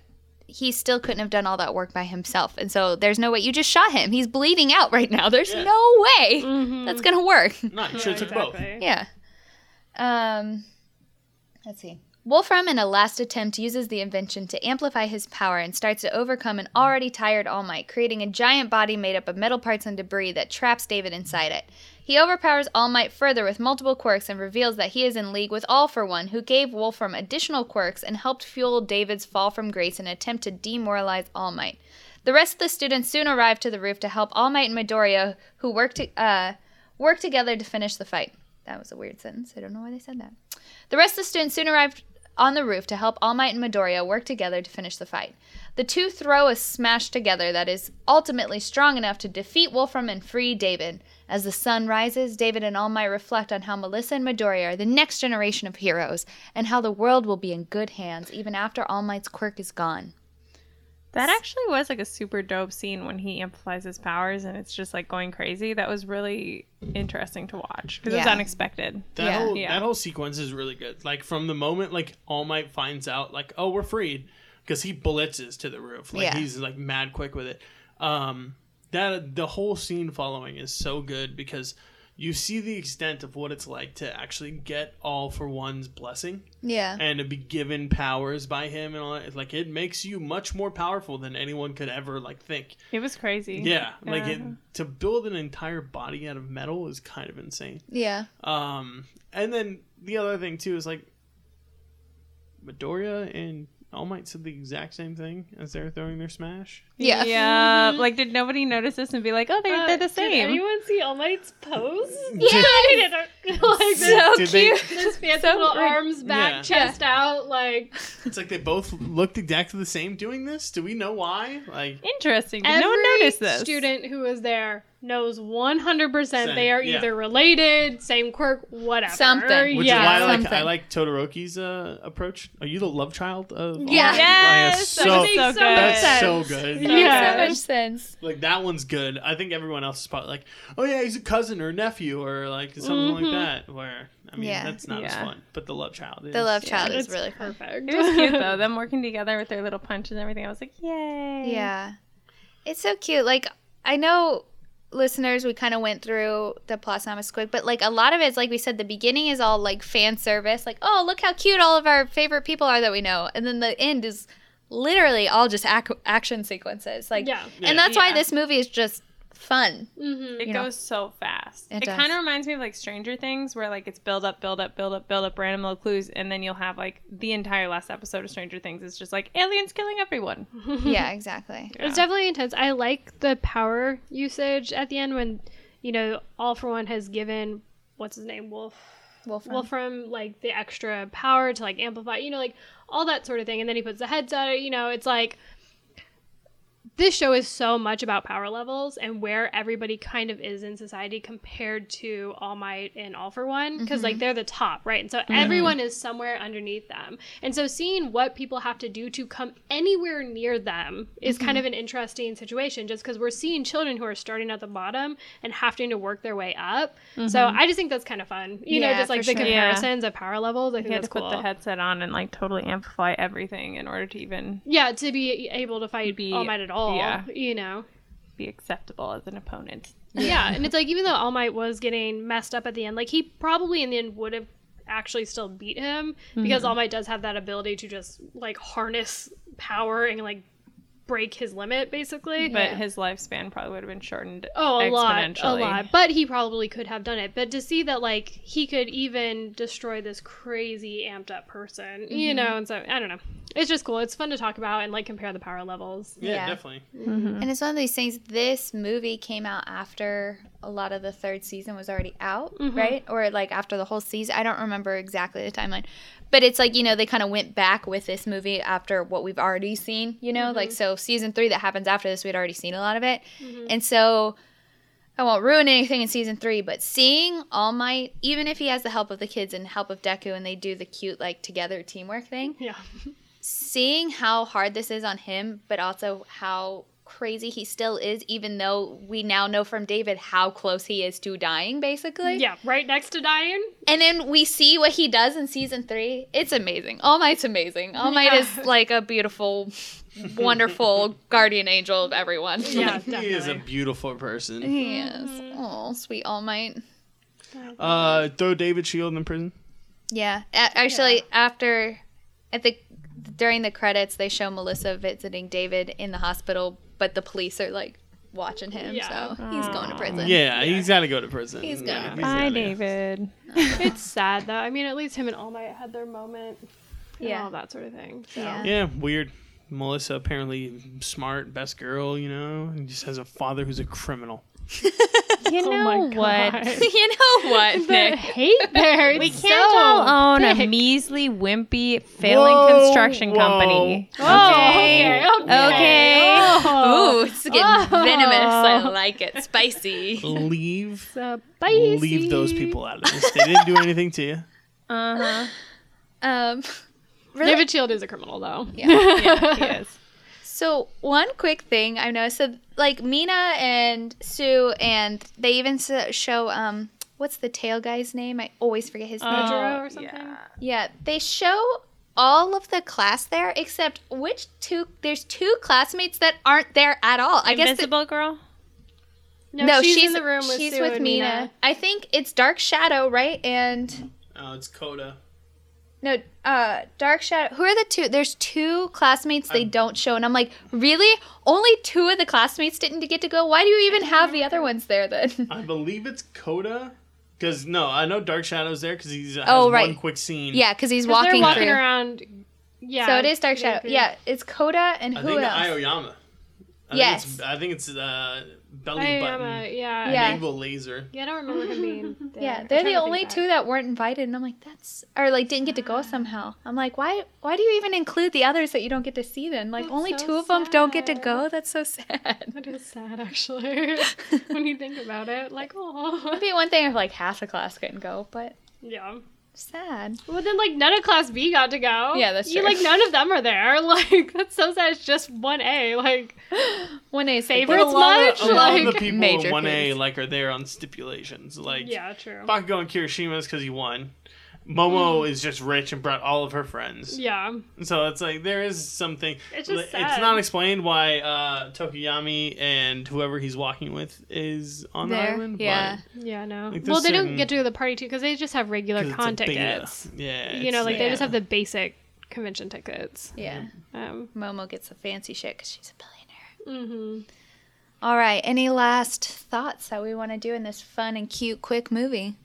A: he still couldn't have done all that work by himself, and so there's no way. You just shot him. He's bleeding out right now. There's
D: Yeah.
A: no way that's gonna work.
D: No, he should have took both.
A: Yeah. Um, let's see. Wolfram, in a last attempt, uses the invention to amplify his power and starts to overcome an already tired All Might, creating a giant body made up of metal parts and debris that traps David inside it. He overpowers All Might further with multiple quirks and reveals that he is in league with All for One, who gave Wolfram additional quirks and helped fuel David's fall from grace in an attempt to demoralize All Might. The rest of the students soon arrive to the roof to help All Might and Midoriya, who work to, uh, work together to finish the fight. That was a weird sentence. I don't know why they said that. The rest of the students soon arrived on the roof to help All Might and Midoriya work together to finish the fight. The two throw a smash together that is ultimately strong enough to defeat Wolfram and free David. As the sun rises, David and All Might reflect on how Melissa and Midoriya are the next generation of heroes and how the world will be in good hands even after All Might's quirk is gone.
C: That actually was like a super dope scene when he amplifies his powers and it's just like going crazy. That was really interesting to watch because it's
A: Yeah.
C: unexpected.
D: That
A: Yeah.
D: whole
C: Yeah.
D: that whole sequence is really good. Like from the moment like All Might finds out like oh we're freed because he blitzes to the roof. Like
A: Yeah.
D: he's like mad quick with it. Um that the whole scene following is so good because you see the extent of what it's like to actually get all for one's blessing
A: Yeah.
D: and to be given powers by him and all that. Like it makes you much more powerful than anyone could ever like think.
C: It was crazy.
D: Yeah, like it,
A: Uh-huh.
C: Yeah.
D: to build an entire body out of metal is kind of insane.
A: Yeah.
D: Um, and then the other thing too is like Midoriya and All Might said the exact same thing as they're throwing their smash.
A: Yeah. (laughs)
C: Yeah. Mm-hmm. Like, did nobody notice
B: Uh,
C: this and be like, oh, they're, they're the
B: Did
C: same?
B: anyone see All Might's pose? (laughs)
D: Yeah.
B: I didn't- like,
A: So
D: did they-
A: cute.
C: (laughs)
B: His fancy
A: So
B: little
A: rid-
B: arms back,
D: Yeah.
B: chest out, like
D: (laughs) It's like they both looked exactly the same doing this. Do we know why? Like,
C: Interesting. Did
B: every
C: no one noticed this.
B: student who was there knows 100% they
D: Same,
B: are
D: yeah.
B: either related, same quirk, whatever.
A: Something.
D: which
B: yeah.
D: is why I like I
A: Something.
D: like Todoroki's uh, approach. Are you the love child of? all-
A: Yeah.
D: Like,
C: Yes,
D: it's
C: that
D: so,
C: makes so
D: that's
C: good.
D: so
B: sense.
D: good.
A: It
B: Yeah.
A: makes so much sense.
D: Like that one's good. I think everyone else is probably like, oh yeah, he's a cousin or nephew or like something
B: Mhm.
D: like that. Where I
A: Mm-hmm.
D: mean,
A: Yeah.
D: that's not as
C: Yeah.
D: fun. But the love child. Is.
A: The love child
B: It's
A: is really fun.
B: perfect.
C: It was
B: (laughs)
A: (laughs)
C: cute though. Them working together with their little punch and everything. I was like, yay.
A: Yeah. It's so cute. Like, I know listeners, we kind of went through the plot synopsis quick, but like a lot of it is, like we said, the beginning is all like fan service. Like, oh, look how cute all of our favorite people are that we know. And then the end is literally all just ac- action sequences. Like,
B: Yeah.
D: Yeah.
A: and that's why
C: Yeah.
A: this movie is just fun.
B: Mm-hmm.
C: It
A: You know.
C: goes so fast.
A: It
C: It,
A: does.
C: kind of reminds me of like Stranger Things, where like it's build up, build up, build up, build up, random little clues, and then you'll have like the entire last episode of Stranger Things is just like aliens killing (laughs) everyone.
B: Mm-hmm.
A: yeah, exactly.
B: It's definitely intense. I like the power usage at the end when, you know, All for One has given what's his name Wolf
A: Wolfram.
B: Wolfram like the extra power to like amplify, you know, like all that sort of thing. And then he puts the headset. You know, it's like this show is so much about power levels and where everybody kind of is in society compared to All Might and All for One because
C: Mm-hmm.
B: like they're the top, right? And so everyone is somewhere underneath them. And so seeing what people have to do to come anywhere near them is
C: Mm-hmm.
B: kind of an interesting situation just because we're seeing children who are starting at the bottom and having to work their way up. So I just think that's kind of fun. You
A: Yeah,
B: know, just like
A: for
B: the
A: sure.
C: Mm-hmm. Yeah.
B: comparisons of power levels. I think
C: You had
B: that's
C: to put
B: cool.
C: the headset on and like totally amplify everything in order to even
B: yeah, to be able to fight
C: Be-
B: All Might at all,
C: yeah.
B: you know.
C: be acceptable as an opponent.
B: (laughs) Yeah, and it's like even though All Might was getting messed up at the end, like he probably in the end would have actually still beat him because All Might does have that ability to just like harness power and like break his limit basically.
C: But
A: Yeah.
C: his lifespan probably would have been shortened.
B: Oh, a lot, a
C: exponentially.
B: lot. But he probably could have done it. But to see that, like, he could even destroy this crazy amped up person, you know, and so I don't know. It's just cool. It's fun to talk about and like compare the power levels.
D: Yeah,
A: Yeah.
D: definitely.
A: And it's one of these things. This movie came out after a lot of the third season was already out, right? Or like after the whole season. I don't remember exactly the timeline, but it's like you know they kind of went back with this movie after what we've already seen. You know, like so season three that happens after this, we'd already seen a lot of it, and so. I won't ruin anything in season three, but seeing All Might, even if he has the help of the kids and help of Deku and they do the cute, like, together teamwork thing,
B: Yeah. (laughs)
A: seeing how hard this is on him, but also how crazy he still is, even though we now know from David how close he is to dying, basically.
B: Yeah. Right next to Diane.
A: And then we see what he does in season three. It's amazing. All Might's amazing. All Might
B: Yeah.
A: is like a beautiful,
B: (laughs)
A: wonderful guardian angel of everyone. (laughs)
B: Yeah,
D: he is a
B: definitely.
D: beautiful person.
A: He is. Oh, sweet All Might.
D: Uh, throw David Shield in prison.
A: Yeah. A- actually, after at the during the credits, they show Melissa visiting David in the hospital, but the police are like watching him,
B: Yeah.
A: so he's going to prison.
D: Yeah, he's got to go to prison.
A: He's
D: Yeah,
A: gonna-
D: gotta
C: Bye,
D: go.
A: (laughs)
C: David.
B: It's sad though. I mean, at least him and All Might had their moment. And
A: Yeah.
B: All that sort of thing. So.
A: Yeah.
D: Yeah, weird. Melissa apparently smart, best girl, you know, and just has a father who's
A: (laughs)
D: a criminal.
C: You
B: Oh
C: know
B: my
C: what?
B: God.
A: you know (laughs) what,
B: The
A: Nick?
B: hate there.
C: We
B: We
C: can't all own a measly, wimpy, failing
D: Whoa,
C: construction
D: whoa.
C: company.
B: okay. Oh,
C: Uh,
B: Okay.
C: Okay.
A: Oh, Ooh, it's getting
B: Oh.
A: venomous. (laughs) I like it. Spicy.
D: Leave,
B: Spicy.
D: leave those people out of this. They didn't do anything
A: (laughs)
D: to you.
C: Uh huh.
A: Um, really
B: David Shield is a criminal though.
C: Yes.
A: So one quick thing I've noticed, so like Mina and Sue, and they even s- show um, what's the tail guy's name? I always forget his name.
B: (laughs) Pedro or something?
A: Oh, Yeah, they show all of the class there except which two? There's two classmates that aren't there at all. I guess. the-
C: Invisible girl.
B: No, she's, in the room with
A: she's
B: Sue
A: with
B: and
A: Mina.
B: Mina.
A: I think it's Dark Shadow, right? And
D: Oh, it's Coda.
A: no, uh, Dark Shadow. Who are the two? There's two classmates they don't show, and I'm like, really? Only two of the classmates didn't get to go. Why do you even have the other ones there then?
D: I believe it's Coda. Because, no, I know Dark Shadow's there because he's has
A: Oh,
D: one
A: right.
D: quick
A: (laughs)
D: scene.
A: yeah, because he's
B: 'Cause
A: walking,
B: they're walking
A: through.
B: around. Yeah.
A: So it is Dark
B: they're
A: Shadow.
B: through-
A: Yeah, it's Coda and
D: I
A: who
D: think
A: else?
D: Aoyama. I
A: Yes.
D: Think it's, I think it's uh, belly
B: I am
D: button,
B: a, yeah.
A: Yeah.
D: navel laser.
B: Yeah, I don't remember
A: (laughs)
B: him being there.
A: Yeah, they're
B: I'm trying
A: the
B: to think
A: only
B: back. Ah.
A: two that weren't invited, and I'm like, that's or like didn't get to go somehow. I'm like, why? Why do you even include the others that you don't get to see? Then like
B: That's
A: only
B: so
A: two of them don't get to
B: sad.
A: go. That's so sad. (laughs)
B: That is sad, actually, (laughs) when you think about it. Like, (laughs) oh.
A: It'd be one thing if like half the class couldn't go, but
B: Yeah.
A: sad.
B: Well, then, like, none of Class B got to go.
A: Yeah, that's
B: You,
A: true.
B: like, none of them are there. (laughs) Like, that's so sad. It's just
D: (laughs)
B: 1A. Like,
A: When they
D: But
B: Favorites
D: a lot, of,
B: much,
D: a lot of
A: (laughs)
B: like-
D: the people
A: Major
D: in 1A
A: favorites.
D: like are there on stipulations. Like
B: yeah, true.
D: Bakugo and Kirishima is because he won.
B: Mm.
D: Momo is just rich and brought all of her friends.
B: Yeah.
D: So it's like there is something.
B: It's just
D: it's
B: sad.
D: not explained why uh, Tokuyami and whoever he's walking with is on the
A: There,
D: island.
A: yeah.
B: Yeah, no.
D: Like,
B: well,
D: there's
B: they
D: certain-
B: don't get to go to the party, too, because they just have regular
D: Because
B: con
D: it's a beta.
B: tickets.
D: Yeah,
B: You know,
D: it's
B: like, they just
D: yeah.
B: have the basic convention tickets.
A: Yeah,
B: Um,
A: Momo gets the fancy shit because she's a billionaire.
B: mm-hmm.
A: All right. Any last thoughts that we want to do in this fun and cute, quick movie?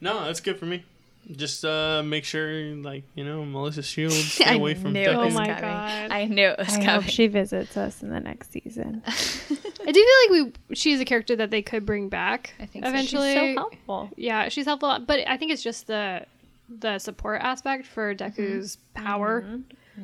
D: No, that's good for me. Just uh, make sure, like you know, Melissa
B: (laughs)
D: Shields stay
A: I
D: away from.
A: knew it
D: Deku.
B: Oh
A: was
B: my
A: coming.
B: God.
A: I knew it was
C: I hope
A: coming.
C: she visits us in the next season.
A: (laughs)
B: I do feel like we she's a character that they could bring back
A: I think so. She's so
B: eventually.
C: so helpful.
B: Yeah, she's helpful, but I think it's just the the support aspect for
A: Mm-hmm.
B: Deku's power.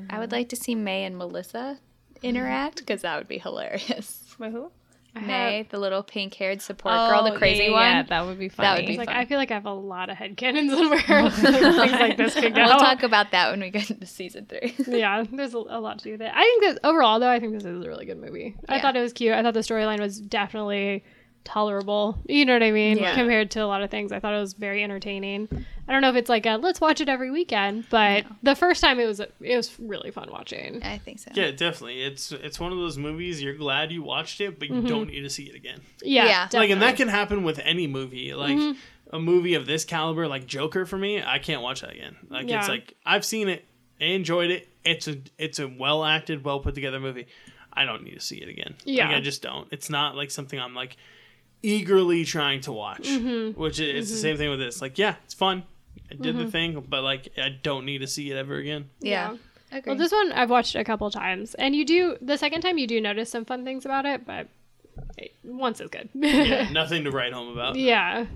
A: I would like to see May and Melissa interact because that would be hilarious. (laughs)
C: who?
B: I
A: May,
B: have-
A: the little pink haired support girl, the crazy
C: Oh, Yeah,
A: one.
C: that would be funny.
A: That would be
B: It's like
A: fun.
B: I feel like I have a lot of headcanons (laughs) on
A: (laughs)
B: where things like this could go.
A: We'll talk about that when we get into season three. (laughs)
B: yeah, there's a, a lot to do with it. I think that overall, though, I think this is a really good movie. I
A: Yeah.
B: thought it was cute. I thought the storyline was definitely tolerable. You know what I mean?
A: Yeah.
B: Compared to a lot of things, I thought it was very entertaining. I don't know if it's like a let's watch it every weekend, but the first time it was it was really fun watching.
A: I think so.
D: Yeah, definitely. It's it's one of those movies you're glad you watched it, but
B: Mm-hmm.
D: you don't need to see it again.
B: Yeah,
A: Yeah.
D: Like, and that can happen with any movie. Like
B: Mm-hmm.
D: a movie of this caliber, like Joker, for me, I can't watch that again. Like
B: Yeah.
D: it's like I've seen it, I enjoyed it. It's a it's a well acted, well put together movie. I don't need to see it again.
B: Yeah.
D: like, I just don't. It's not like something I'm like eagerly trying to watch.
B: Mm-hmm.
D: Which is, it's the same thing with this. Like, yeah, it's fun. I did the thing, but like I don't need to see it ever again.
A: Yeah.
B: Yeah.
A: Agree.
B: Well, this one I've watched a couple times, and you do the second time you do notice some fun things about it, but it- once is good.
D: Yeah,
B: Yeah,
D: nothing to write home about.
B: (laughs) yeah,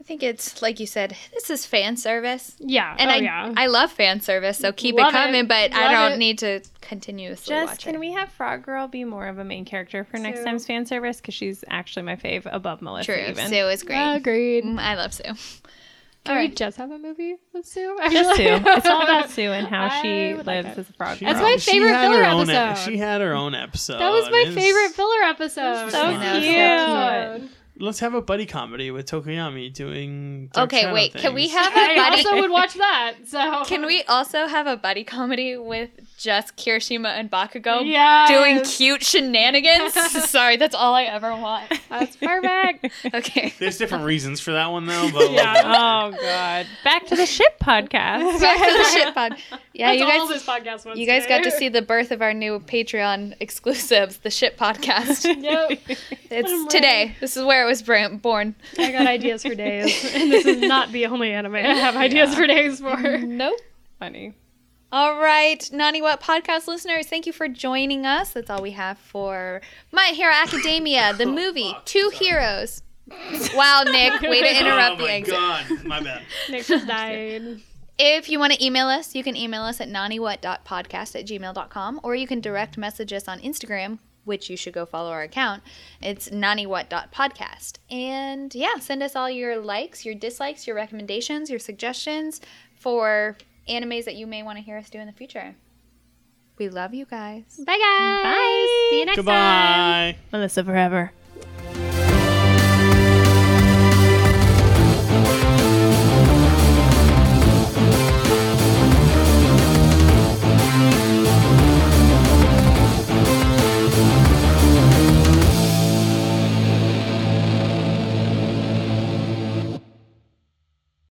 A: I think it's like you said, this is fan service. And
B: oh,
A: I
B: yeah.
A: I love fan service, so keep
B: Love
A: it coming,
B: it.
A: but I
B: Love
A: don't
B: it.
A: need to continuously
C: Just
A: watch
C: can
A: it.
C: we have Frog Girl be more of a main character for next
B: Sue.
C: time's fan service? Because she's actually my fave above Melissa.
A: True.
C: Even.
A: Sue is great.
B: Agreed.
A: Mm, I love Sue.
B: Can
A: All
B: we
A: right.
B: just have a movie with Sue? (laughs)
C: Just
A: (laughs)
B: Actually.
C: Sue. It's all about Sue and how
B: I
C: she
B: would
C: lives
B: like that.
C: as a frog.
D: She-
B: That's
C: girl.
B: my
D: she
B: favorite
D: had
B: filler
D: her own e-
B: episode.
D: she had her own episode.
B: That was my
D: It's-
B: favorite filler
D: So
B: episode.
A: That was
C: so cute.
D: Let's have a buddy comedy with Tokuyami doing. Dark
A: Okay,
D: Shadow
A: wait. Can we
D: things.
A: have a
B: I
A: buddy?
B: also would watch that. So
A: Can we also have a buddy comedy with just Kirishima and Bakugo
B: Yes.
A: doing cute
B: (laughs)
A: shenanigans? Sorry, that's all I ever want. (laughs)
C: (laughs)
B: That's perfect.
A: Okay.
D: There's different reasons for that one
B: (laughs)
D: though. But (laughs)
B: Yeah.
C: Oh God! Back to the ship
A: (laughs)
C: podcast.
A: Back to the shit
B: (laughs)
A: pod. Yeah,
B: That's
A: you
B: all
A: guys
B: this podcast wants
A: you guys got to
B: do.
A: see the birth of our new Patreon exclusives, the shit
B: (laughs)
A: podcast.
B: Yep. I'm
A: It's
B: ready.
A: today. This is where it was br- born.
B: I got ideas
A: (laughs)
B: for days, (laughs) and this is not the only anime I have ideas for days for.
A: Nope.
C: (laughs) Funny.
A: All right, Nani What podcast listeners, thank you for joining us. That's all we have for My Hero Academia,
D: (laughs)
A: the movie, Two Heroes. Wow, Nick, way to interrupt
D: (laughs) oh
A: the
D: my
A: exit.
D: god, my bad.
B: Nick (laughs) just died.
A: If you want to email us, you can email us at nannywhat.podcast at gmail.com or you can direct message us on Instagram, which you should go follow our account. It's nannywhat.podcast. And yeah, send us all your likes, your dislikes, your recommendations, your suggestions for animes that you may want to hear us do in the future. We love you guys.
B: Bye guys.
C: Bye.
B: See you
D: (laughs)
B: next time.
D: Goodbye.
C: Melissa forever.